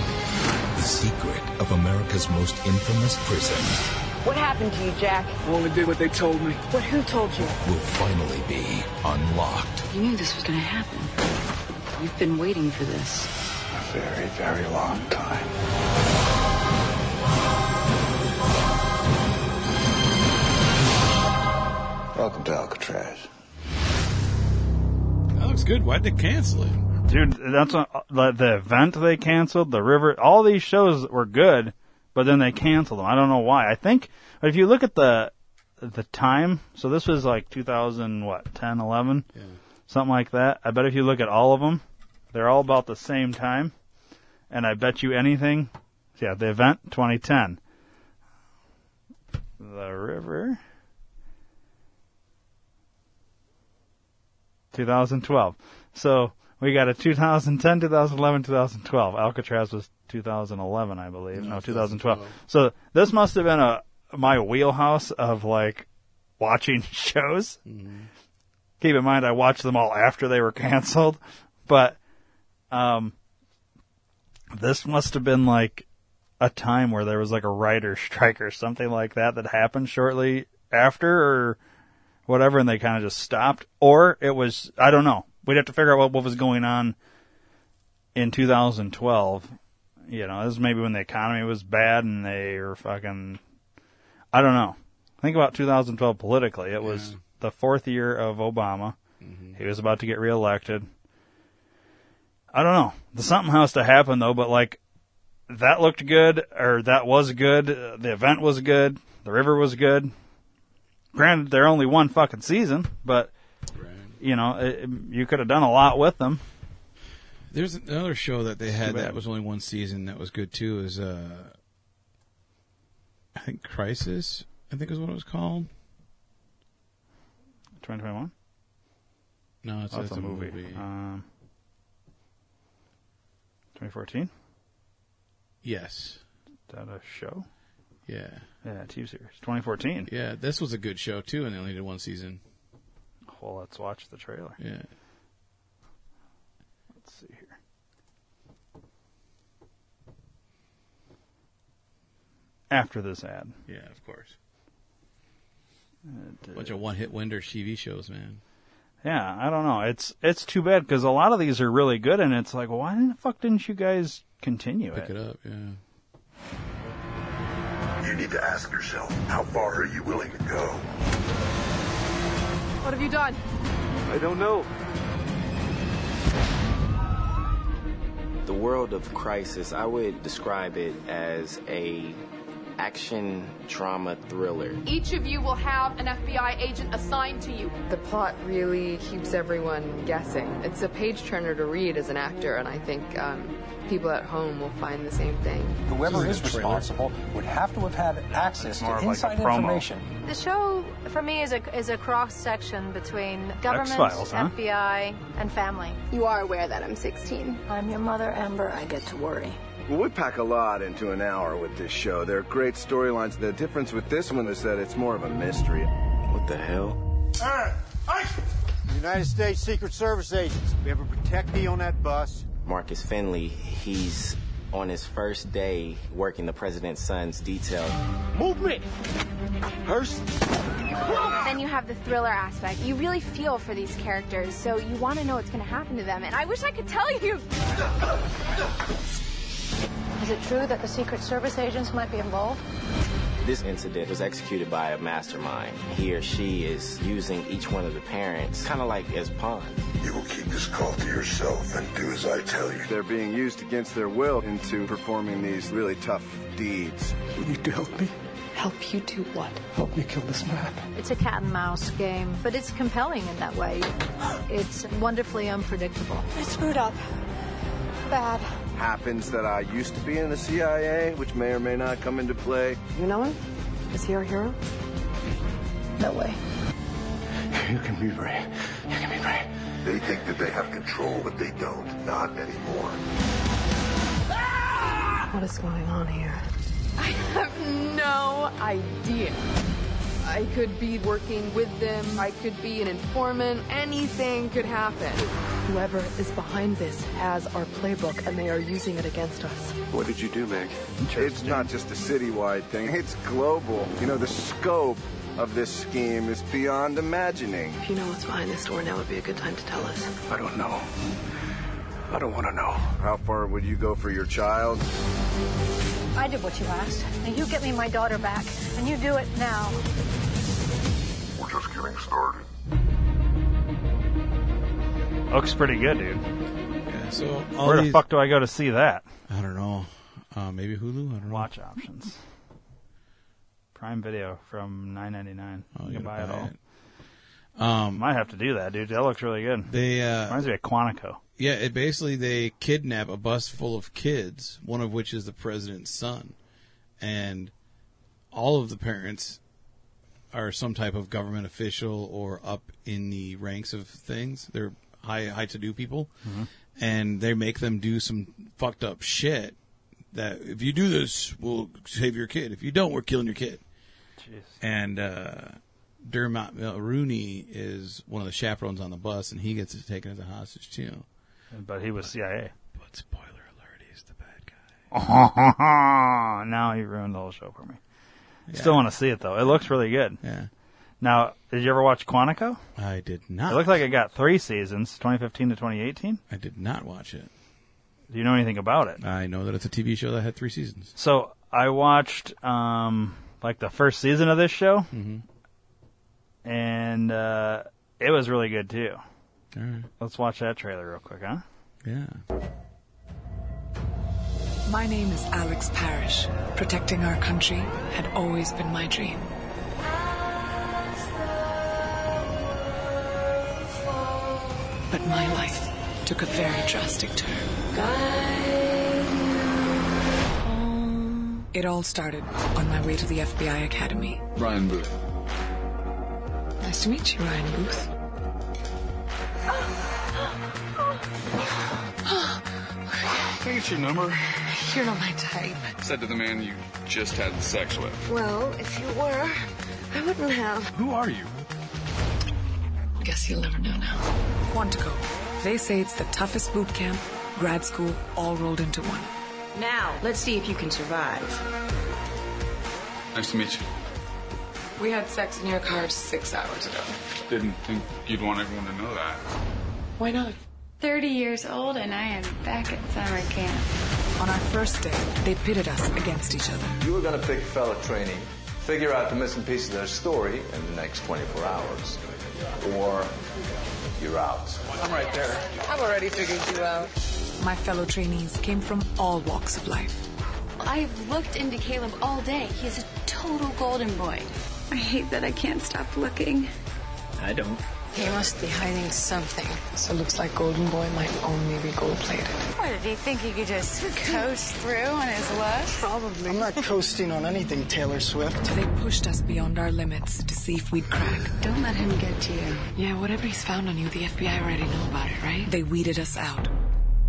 The secret of America's most infamous prison What happened to you, Jack? I only did what they told me. But who told you? will finally be unlocked. You knew this was going to happen. You've been waiting for this. A very, very long time. Welcome to Alcatraz. That looks good. Why'd they cancel it? Dude, that's what, like the event they canceled, the river, all these shows were good, but then they canceled them. I don't know why. I think if you look at the the time, so this was like 2000 what, 10, 11, something like that. I bet if you look at all of them, they're all about the same time, and I bet you anything, yeah, the event 2010, the river 2012. So we got a 2010, 2011, 2012. Alcatraz was 2011, I believe. No, 2012. So this must have been a my wheelhouse of like watching shows. Keep in mind, I watched them all after they were canceled, but um, this must have been like a time where there was like a writer strike or something like that that happened shortly after or whatever and they kind of just stopped or it was I don't know. We'd have to figure out what, what was going on in 2012. You know, this is maybe when the economy was bad and they were fucking I don't know. Think about 2012 politically. It was the fourth year of Obama. He was about to get reelected. I don't know. Something has to happen though, but like that looked good or that was good. uh, The event was good. The river was good. Granted, they're only one fucking season, but you know it, you could have done a lot with them. There's another show that they It's had too bad. that was only one season that was good too. Is uh, I think Crisis. I think is what it was called. 2021. No, it's, That's it's Oh, a movie. Um, 2014. Yes. Is that a show? Yeah. Yeah, TV series. 2014. Yeah, this was a good show too, and they only did one season. Well, let's watch the trailer. Yeah. Let's see here. After this ad. Yeah, of course. It, uh, Bunch of one-hit wonder TV shows, man. Yeah, I don't know. It's it's too bad because a lot of these are really good, and it's like, why the fuck didn't you guys continue Pick it? it up, yeah. You need to ask yourself, how far are you willing to go? What have you done? I don't know. The world of crisis, I would describe it as a action drama thriller. Each of you will have an FBI agent assigned to you. The plot really keeps everyone guessing. It's a page turner to read as an actor, and I think um, people at home will find the same thing. Whoever is responsible would have to have had access more to of like a inside promo. information. The show for me is a is a cross section between government, X-Files, huh? FBI, and family. You are aware that I'm 16. I'm your mother, Amber. I get to worry. Well, we pack a lot into an hour with this show. There are great storylines. The difference with this one is that it's more of a mystery. What the hell? United States Secret Service agents. We have a protectee on that bus. Marcus Finley, he's on his first day working the president's son's detail. Movement! Hearst? Then you have the thriller aspect. You really feel for these characters, so you want to know what's going to happen to them, and I wish I could tell you. Is it true that the Secret Service agents might be involved? This incident was executed by a mastermind. He or she is using each one of the parents, kind of like as pawns. You will keep this call to yourself and do as I tell you. They're being used against their will into performing these really tough deeds. You need to help me. Help you do what? Help me kill this man. It's a cat and mouse game, but it's compelling in that way. It's wonderfully unpredictable. I screwed up. Bad. Happens that I used to be in the CIA, which may or may not come into play. You know him? Is he our hero? No way. You can be brave. You can be brave. They think that they have control, but they don't. Not anymore. What is going on here? I have no idea. I could be working with them. I could be an informant. Anything could happen. Whoever is behind this has our playbook and they are using it against us. What did you do, Meg? It's not just a citywide thing, it's global. You know, the scope of this scheme is beyond imagining. If you know what's behind this door, now would be a good time to tell us. I don't know. I don't want to know. How far would you go for your child? I did what you asked. Now you get me my daughter back, and you do it now. We're just getting started. Looks pretty good, dude. so all Where the these- fuck do I go to see that? I don't know. Uh, maybe Hulu. I don't know. Watch options. Prime Video from nine ninety nine. Oh, You can buy it all. Um, Might have to do that, dude. That looks really good. They uh, reminds me of Quantico. Yeah, it basically they kidnap a bus full of kids, one of which is the president's son, and all of the parents are some type of government official or up in the ranks of things. They're high high to do people, Mhm. and they make them do some fucked up shit. That if you do this, we'll save your kid. If you don't, we're killing your kid. Jeez. And uh, Dermot uh, Rooney is one of the chaperones on the bus, and he gets taken as a hostage too. But he was CIA. But spoiler alert, he's the bad guy. now he ruined the whole show for me. Still want to see it though. It looks really good. Yeah. Now, did you ever watch Quantico? I did not. It looked like it got three seasons, 2015 to 2018. I did not watch it. Do you know anything about it? I know that it's a TV show that had three seasons. So I watched um, like the first season of this show, Mm-hmm. and uh, it was really good too. All right. Let's watch that trailer real quick, huh? Yeah. My name is Alex Parrish. Protecting our country had always been my dream. But my life took a very drastic turn. It all started on my way to the FBI Academy. Brian Booth. Nice to meet you, Ryan Booth. Can I get your number? You're not my type. Said to the man you just had sex with. Well, if you were, I wouldn't have. Who are you? Guess you'll never know now. Quantico. They say it's the toughest boot camp, grad school, all rolled into one. Now, let's see if you can survive. Nice to meet you. We had sex in your car six hours ago. Didn't think you'd want everyone to know that. Why not? 30 years old and I am back at summer camp. On our first day, they pitted us against each other. You were going to pick fellow training, figure out the missing piece of their story in the next 24 hours, or you're out. I'm right there. I've already figured you out. My fellow trainees came from all walks of life. I've looked into Caleb all day. He is a total golden boy. I hate that I can't stop looking. I don't. He must be hiding something. So it looks like Golden Boy might only be gold plated. What did he think he could just coast through on his lust? Probably. I'm not coasting on anything, Taylor Swift. They pushed us beyond our limits to see if we'd crack. Don't let him get to you. Yeah, whatever he's found on you, the FBI already know about it, right? They weeded us out,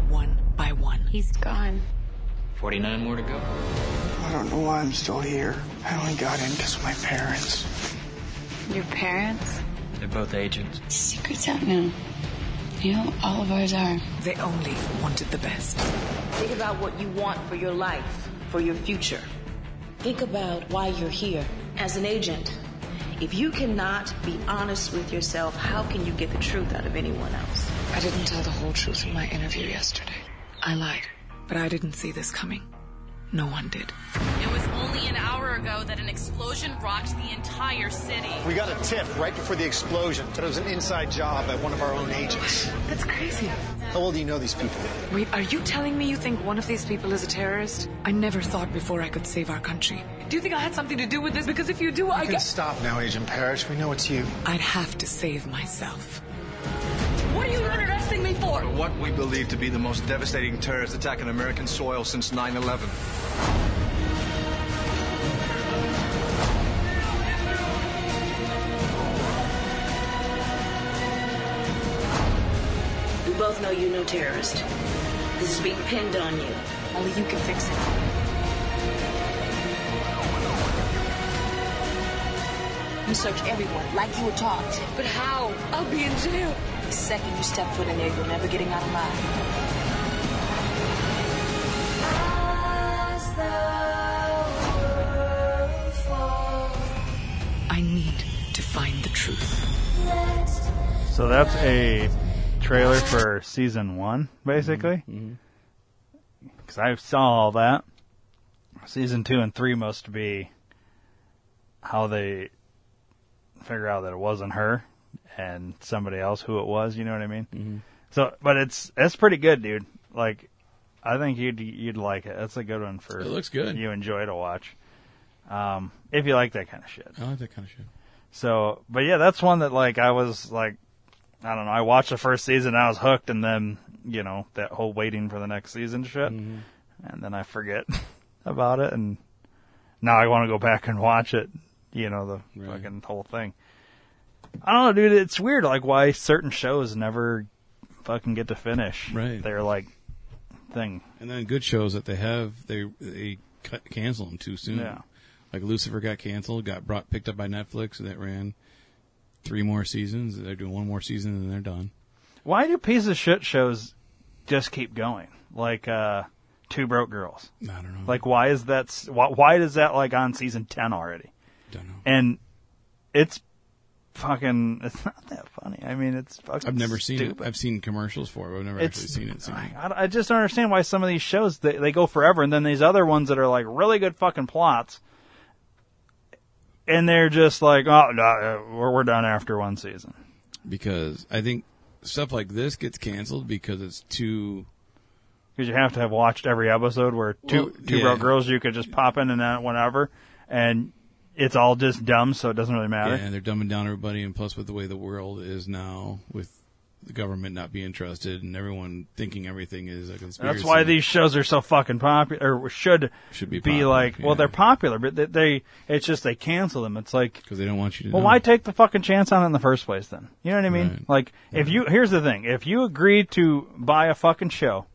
one by one. He's gone. 49 more to go. I don't know why I'm still here. I only got in because of my parents. Your parents? They're both agents. Secret's out now. You know, all of ours are. They only wanted the best. Think about what you want for your life, for your future. Think about why you're here as an agent. If you cannot be honest with yourself, how can you get the truth out of anyone else? I didn't tell the whole truth in my interview yesterday. I lied, but I didn't see this coming. No one did. It was only an hour ago that an explosion rocked the entire city. We got a tip right before the explosion that it was an inside job at one of our own agents. That's crazy. How well do you know these people? Wait, are you telling me you think one of these people is a terrorist? I never thought before I could save our country. Do you think I had something to do with this? Because if you do, I You can stop now, Agent Parrish. We know it's you. I'd have to save myself. What are you arresting me for? What we believe to be the most devastating terrorist attack on American soil since 9 11. We both know you're no terrorist. This is being pinned on you. Only you can fix it. You search everyone like you were taught. But how? I'll be in jail. The second you step foot in there, you're never getting out alive. I need to find the truth. So that's a trailer for season one, basically. Because I saw all that. Season two and three must be how they figure out that it wasn't her and somebody else who it was. You know what I mean? Mm-hmm. So, but it's it's pretty good, dude. Like, I think you'd you'd like it. That's a good one for. It looks good. You enjoy to watch. Um, if you like that kind of shit. I like that kind of shit. So, but yeah, that's one that like I was like, I don't know. I watched the first season, I was hooked, and then you know that whole waiting for the next season shit, Mm-hmm. and then I forget about it, and now I want to go back and watch it. You know the fucking whole thing. I don't know, dude. It's weird, like why certain shows never fucking get to finish. Right. They're like thing. And then good shows that they have, they they cut, cancel them too soon. Yeah. Like Lucifer got canceled, got brought picked up by Netflix, and that ran three more seasons. They're doing one more season, and they're done. Why do pieces of shit shows just keep going? Like uh Two Broke Girls. I don't know. Like why is that s- why, why is that like on season 10 already? Don't know. And it's fucking it's not that funny. I mean, it's fucking I've never seen stupid. it. I've seen commercials for it, but I've never It's- actually seen it. Seen it. I, I just don't understand why some of these shows they, they go forever, and then these other ones that are like really good fucking plots, and they're just like, oh, no, uh, we're we're done after one season. Because I think stuff like this gets canceled because it's too. Because you have to have watched every episode where two Well, two yeah. broke girls you could just pop in and out whenever, and it's all just dumb, so it doesn't really matter. Yeah, they're dumbing down everybody, and plus with the way the world is now, with the government not being trusted and everyone thinking everything is a conspiracy. That's why these shows are so fucking popular, or should, Should be be popular, like, well, yeah. they're popular, but they, they it's just they cancel them. It's like because they don't want you to. Well, know. why take the fucking chance on it in the first place then? You know what I mean? Right. Like, if you, here's the thing. If you agree to buy a fucking show,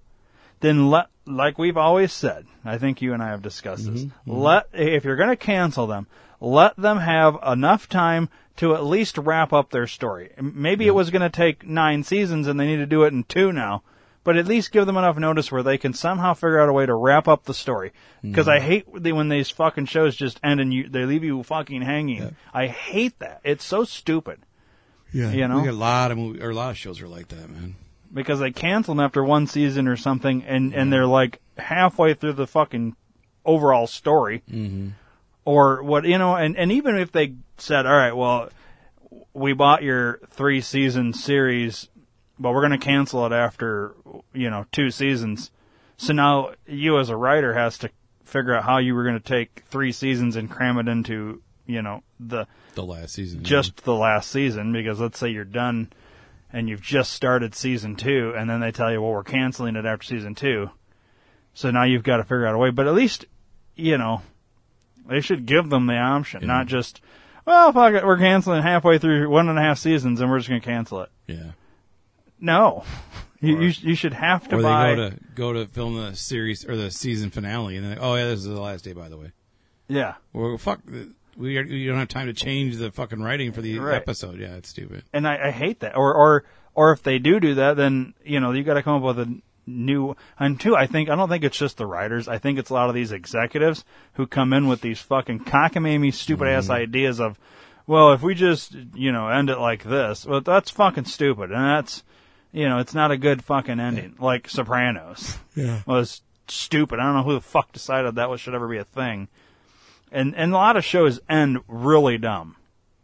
then let, like we've always said, I think you and I have discussed this, Mm-hmm. let, if you're gonna cancel them, let them have enough time to at least wrap up their story. M- Maybe it was gonna take nine seasons and they need to do it in two now. But at least give them enough notice where they can somehow figure out a way to wrap up the story. Because Mm-hmm. I hate the, when these fucking shows just end and you they leave you fucking hanging. I hate that. It's so stupid. Yeah, you know? we got a lot of movie, or a lot of shows are like that, man. because they cancel them after one season or something, and and they're like halfway through the fucking overall story, Mm-hmm. or what you know, and and even if they said, all right, well, we bought your three season series, but we're going to cancel it after you know two seasons, so now you as a writer has to figure out how you were going to take three seasons and cram it into you know the The last season, just the last season because let's say you're done and you've just started season two and then they tell you well we're canceling it after season two so now you've got to figure out a way but at least you know they should give them the option not just well fuck it we're canceling halfway through one and a half seasons and we're just going to cancel it yeah no you, you you should have to or buy they go to go to film the series or the season finale, and then oh yeah, this is the last day, by the way. yeah Well, fuck. th- we, are, we don't have time to change the fucking writing for the Right. episode. Yeah, it's stupid. and I, I hate that. Or or or if they do do that, then you know you got to come up with a new. And two, I think I don't think it's just the writers. I think it's a lot of these executives who come in with these fucking cockamamie, stupid ass ideas of, well, if we just you know end it like this, well, that's fucking stupid, and that's you know it's not a good fucking ending. Like Sopranos, Yeah. was stupid. I don't know who the fuck decided that was should ever be a thing. And and a lot of shows end really dumb.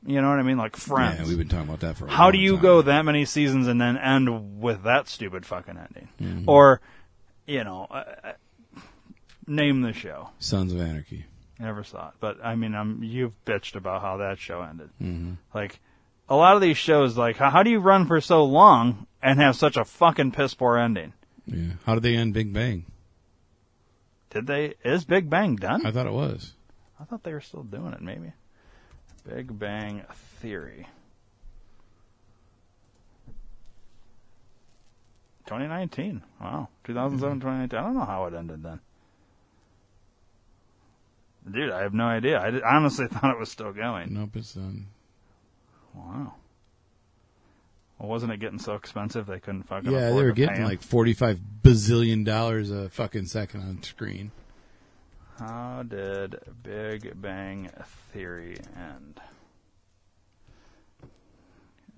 You know what I mean? Like Friends. Yeah, we've been talking about that for. a How long do you time. go that many seasons and then end with that stupid fucking ending? Mm-hmm. Or, you know, uh, uh, name the show. Sons of Anarchy? Never saw it, but I mean, i you've bitched about how that show ended. Mhm. Like a lot of these shows, like how, how do you run for so long and have such a fucking piss poor ending? Yeah. How did they end Big Bang? Did they? Is Big Bang done? I thought it was. I thought they were still doing it. Maybe Big Bang Theory. Twenty nineteen. Wow. 2007, 2019. I don't know how it ended then. Dude, I have no idea. I di- honestly thought it was still going. Nope, it's done. Wow. Well, wasn't it getting so expensive they couldn't fucking Yeah, afford they were to pay getting him? like forty-five bazillion dollars a fucking second on screen. How did Big Bang Theory end?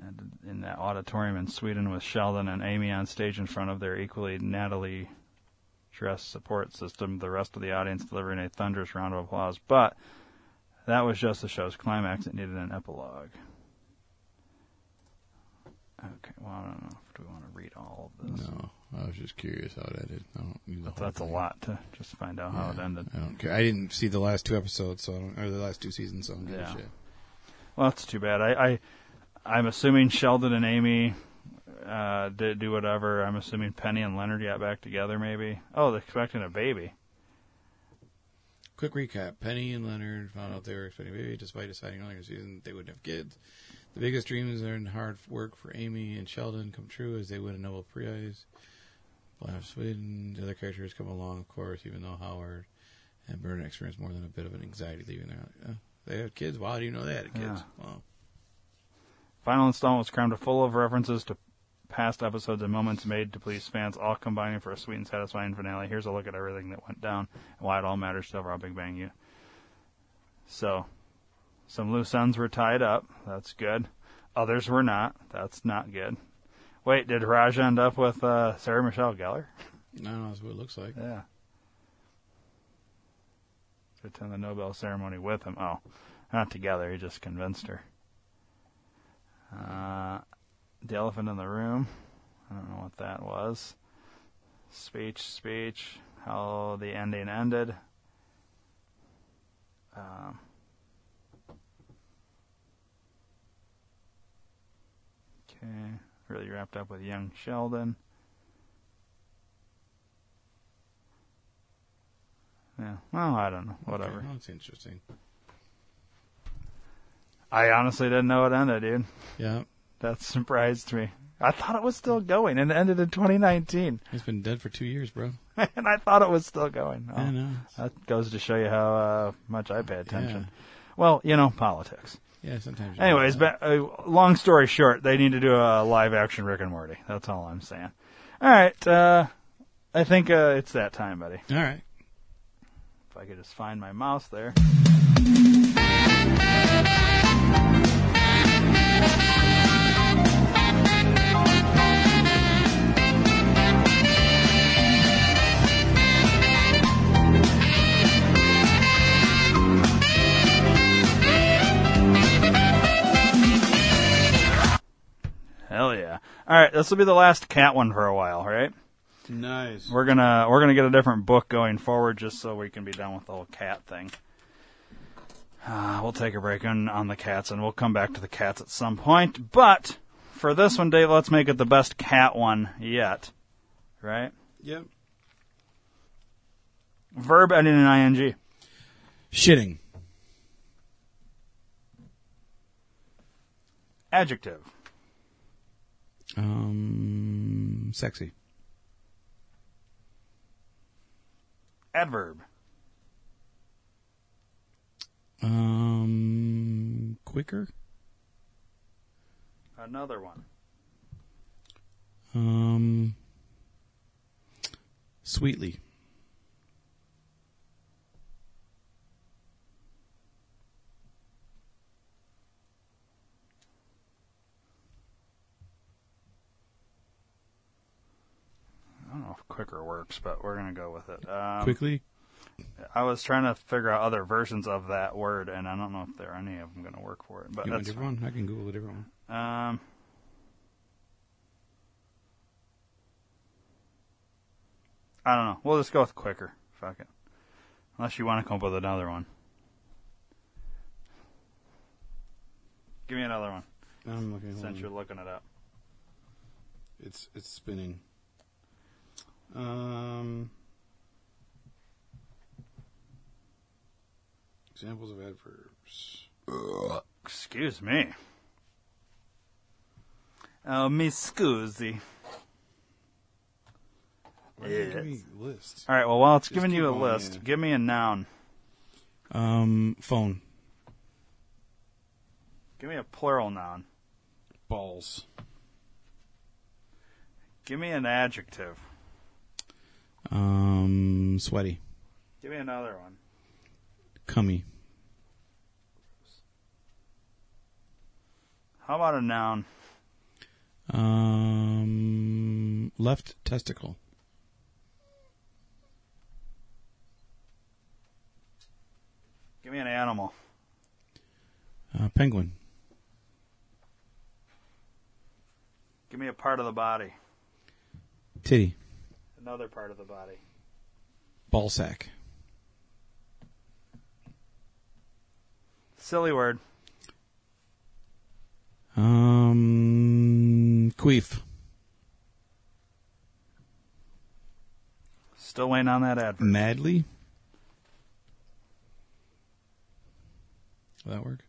And In that auditorium in Sweden with Sheldon and Amy on stage in front of their equally nattily dressed support system, the rest of the audience delivering a thunderous round of applause. But that was just the show's climax. It needed an epilogue. Okay, well, I don't know if do we want to read all of this. No, I was just curious how it ended. I don't. Need the whole That's a thing. lot to just find out how it ended. I don't care. I didn't see the last two episodes, so I don't, or the last two seasons, so I don't give Yeah. a shit. Well, that's too bad. I, I I'm assuming Sheldon and Amy uh, did do whatever. I'm assuming Penny and Leonard got back together. Maybe. Oh, they're expecting a baby. Quick recap: Penny and Leonard found out they were expecting a baby, despite deciding earlier in the season that they wouldn't have kids. The biggest dreams and hard work for Amy and Sheldon come true as they win a Nobel Prize. Blair Sweden, the other characters come along, of course, even though Howard and Bernard experience more than a bit of an anxiety leaving their. Uh, they have kids. Wow, do you know they had kids? Yeah. Wow. Final installment was crammed full of references to past episodes and moments made to please fans, all combining for a sweet and satisfying finale. Here's a look at everything that went down and why it all matters to overall Big Bang U. So, some loose ends were tied up. That's good. Others were not. That's not good. Wait, did Raj end up with uh, Sarah Michelle Gellar? No, that's what it looks like. Yeah. To attend the Nobel ceremony with him. Oh, not together. He just convinced her. Uh, the elephant in the room. I don't know what that was. Speech, speech. How the ending ended. Um, okay. Really wrapped up with young Sheldon. Yeah. Well, I don't know. Whatever. Okay, well, that's interesting. I honestly didn't know it ended, dude. Yeah. That surprised me. I thought it was still going and it ended in 2019. It's been dead for two years, bro. and I thought it was still going. Oh, I know. That goes to show you how uh, much I pay attention. Yeah. Well, you know, politics. Yeah, sometimes. you- Anyways, but, uh, long story short, they need to do a live action Rick and Morty. That's all I'm saying. All right. Uh, I think uh, it's that time, buddy. All right. If I could just find my mouse there. Hell yeah. All right, this will be the last cat one for a while, right? Nice. We're gonna we're gonna get a different book going forward just so we can be done with the whole cat thing. Uh, we'll take a break on, on the cats and we'll come back to the cats at some point. But for this one, Dave, let's make it the best cat one yet. Right? Yep. Verb ending in ing. Shitting. Adjective. Um, sexy. Adverb. Um, quicker. Another one. Um, sweetly. I don't know if quicker works, but we're gonna go with it. Um, Quickly? I was trying to figure out other versions of that word, and I don't know if there are any of them gonna work for it. But you want a that's different one? I can Google a different one. fine. Um, I don't know. We'll just go with quicker. Fuck it. Unless you want to come up with another one. Give me another one. I'm looking. hold on. Since you're looking it up. It's it's spinning. Um, examples of adverbs. Excuse me. Oh, me scusi. Why don't you give me a list? All right. Well, while it's Just giving keep you a going, list, yeah. give me a noun. Um, phone. Give me a plural noun. Balls. Give me an adjective. Um, sweaty. Give me another one. Cummy. How about a noun? Um, left testicle. Give me an animal. Uh, penguin. Give me a part of the body. Titty. Another part of the body. Ball sack. Silly word. Um, queef. Still waiting on that adverb. Madly. Will that work?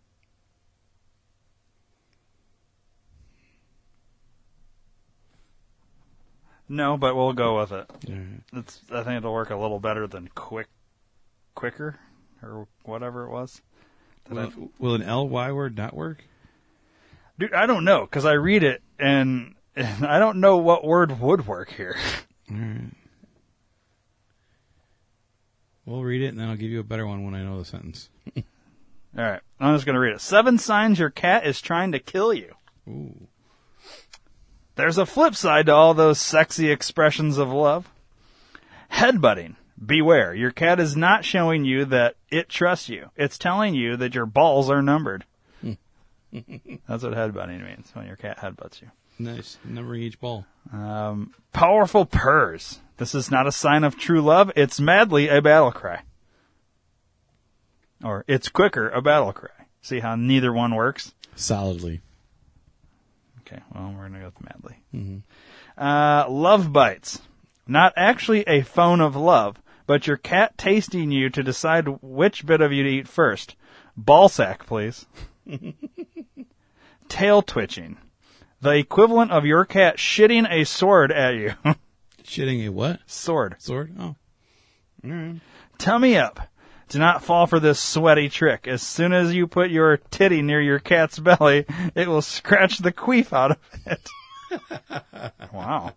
No, but we'll go with it. Alright. It's, I think it'll work a little better than quick, quicker, or whatever it was. Did I- Will, will an ly word not work? Dude, I don't know because I read it and, and I don't know what word would work here. All right. We'll read it and then I'll give you a better one when I know the sentence. All right, I'm just gonna read it. Seven signs your cat is trying to kill you. Ooh. There's a flip side to all those sexy expressions of love. Headbutting. Beware, your cat is not showing you that it trusts you. It's telling you that your balls are numbered. That's what headbutting means when your cat headbutts you. Nice. Numbering each ball. Um, powerful purrs. This is not a sign of true love. It's madly a battle cry. Or it's quicker a battle cry. See how neither one works? Solidly. Okay, well, we're going to go with madly. hmm Uh, love bites. Not actually a phone of love, but your cat tasting you to decide which bit of you to eat first. Ball sack, please. Tail twitching. The equivalent of your cat shitting a sword at you. Shitting a what? Sword. Sword? Oh. Tummy up. Do not fall for this sweaty trick. As soon as you put your titty near your cat's belly, it will scratch the queef out of it. wow.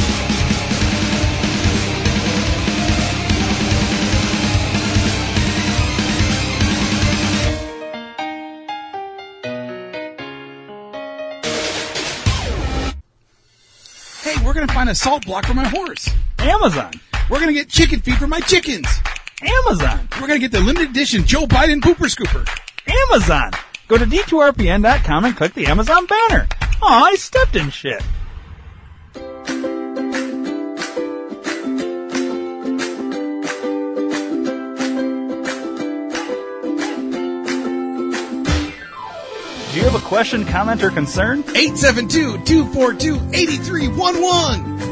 Hey, we're gonna find a salt block for my horse. Amazon. We're gonna get chicken feed for my chickens. Amazon. We're gonna get the limited edition Joe Biden pooper scooper. Amazon. Go to d2rpn.com and click the Amazon banner. Aw, I stepped in shit. Do you have a question, comment, or concern? 872-242-8311.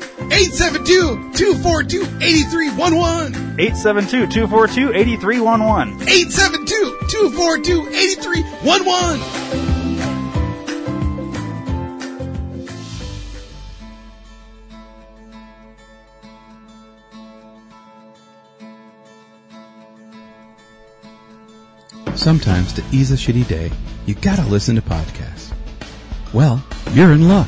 872-242-8311. 872-242-8311. 872-242-8311. Sometimes to ease a shitty day, you gotta listen to podcasts. Well, you're in luck.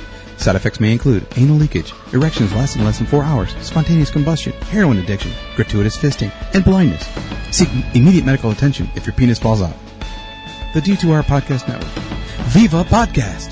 Side effects may include anal leakage, erections lasting less than four hours, spontaneous combustion, heroin addiction, gratuitous fisting, and blindness. Seek immediate medical attention if your penis falls out. The D2R Podcast Network. Viva Podcast!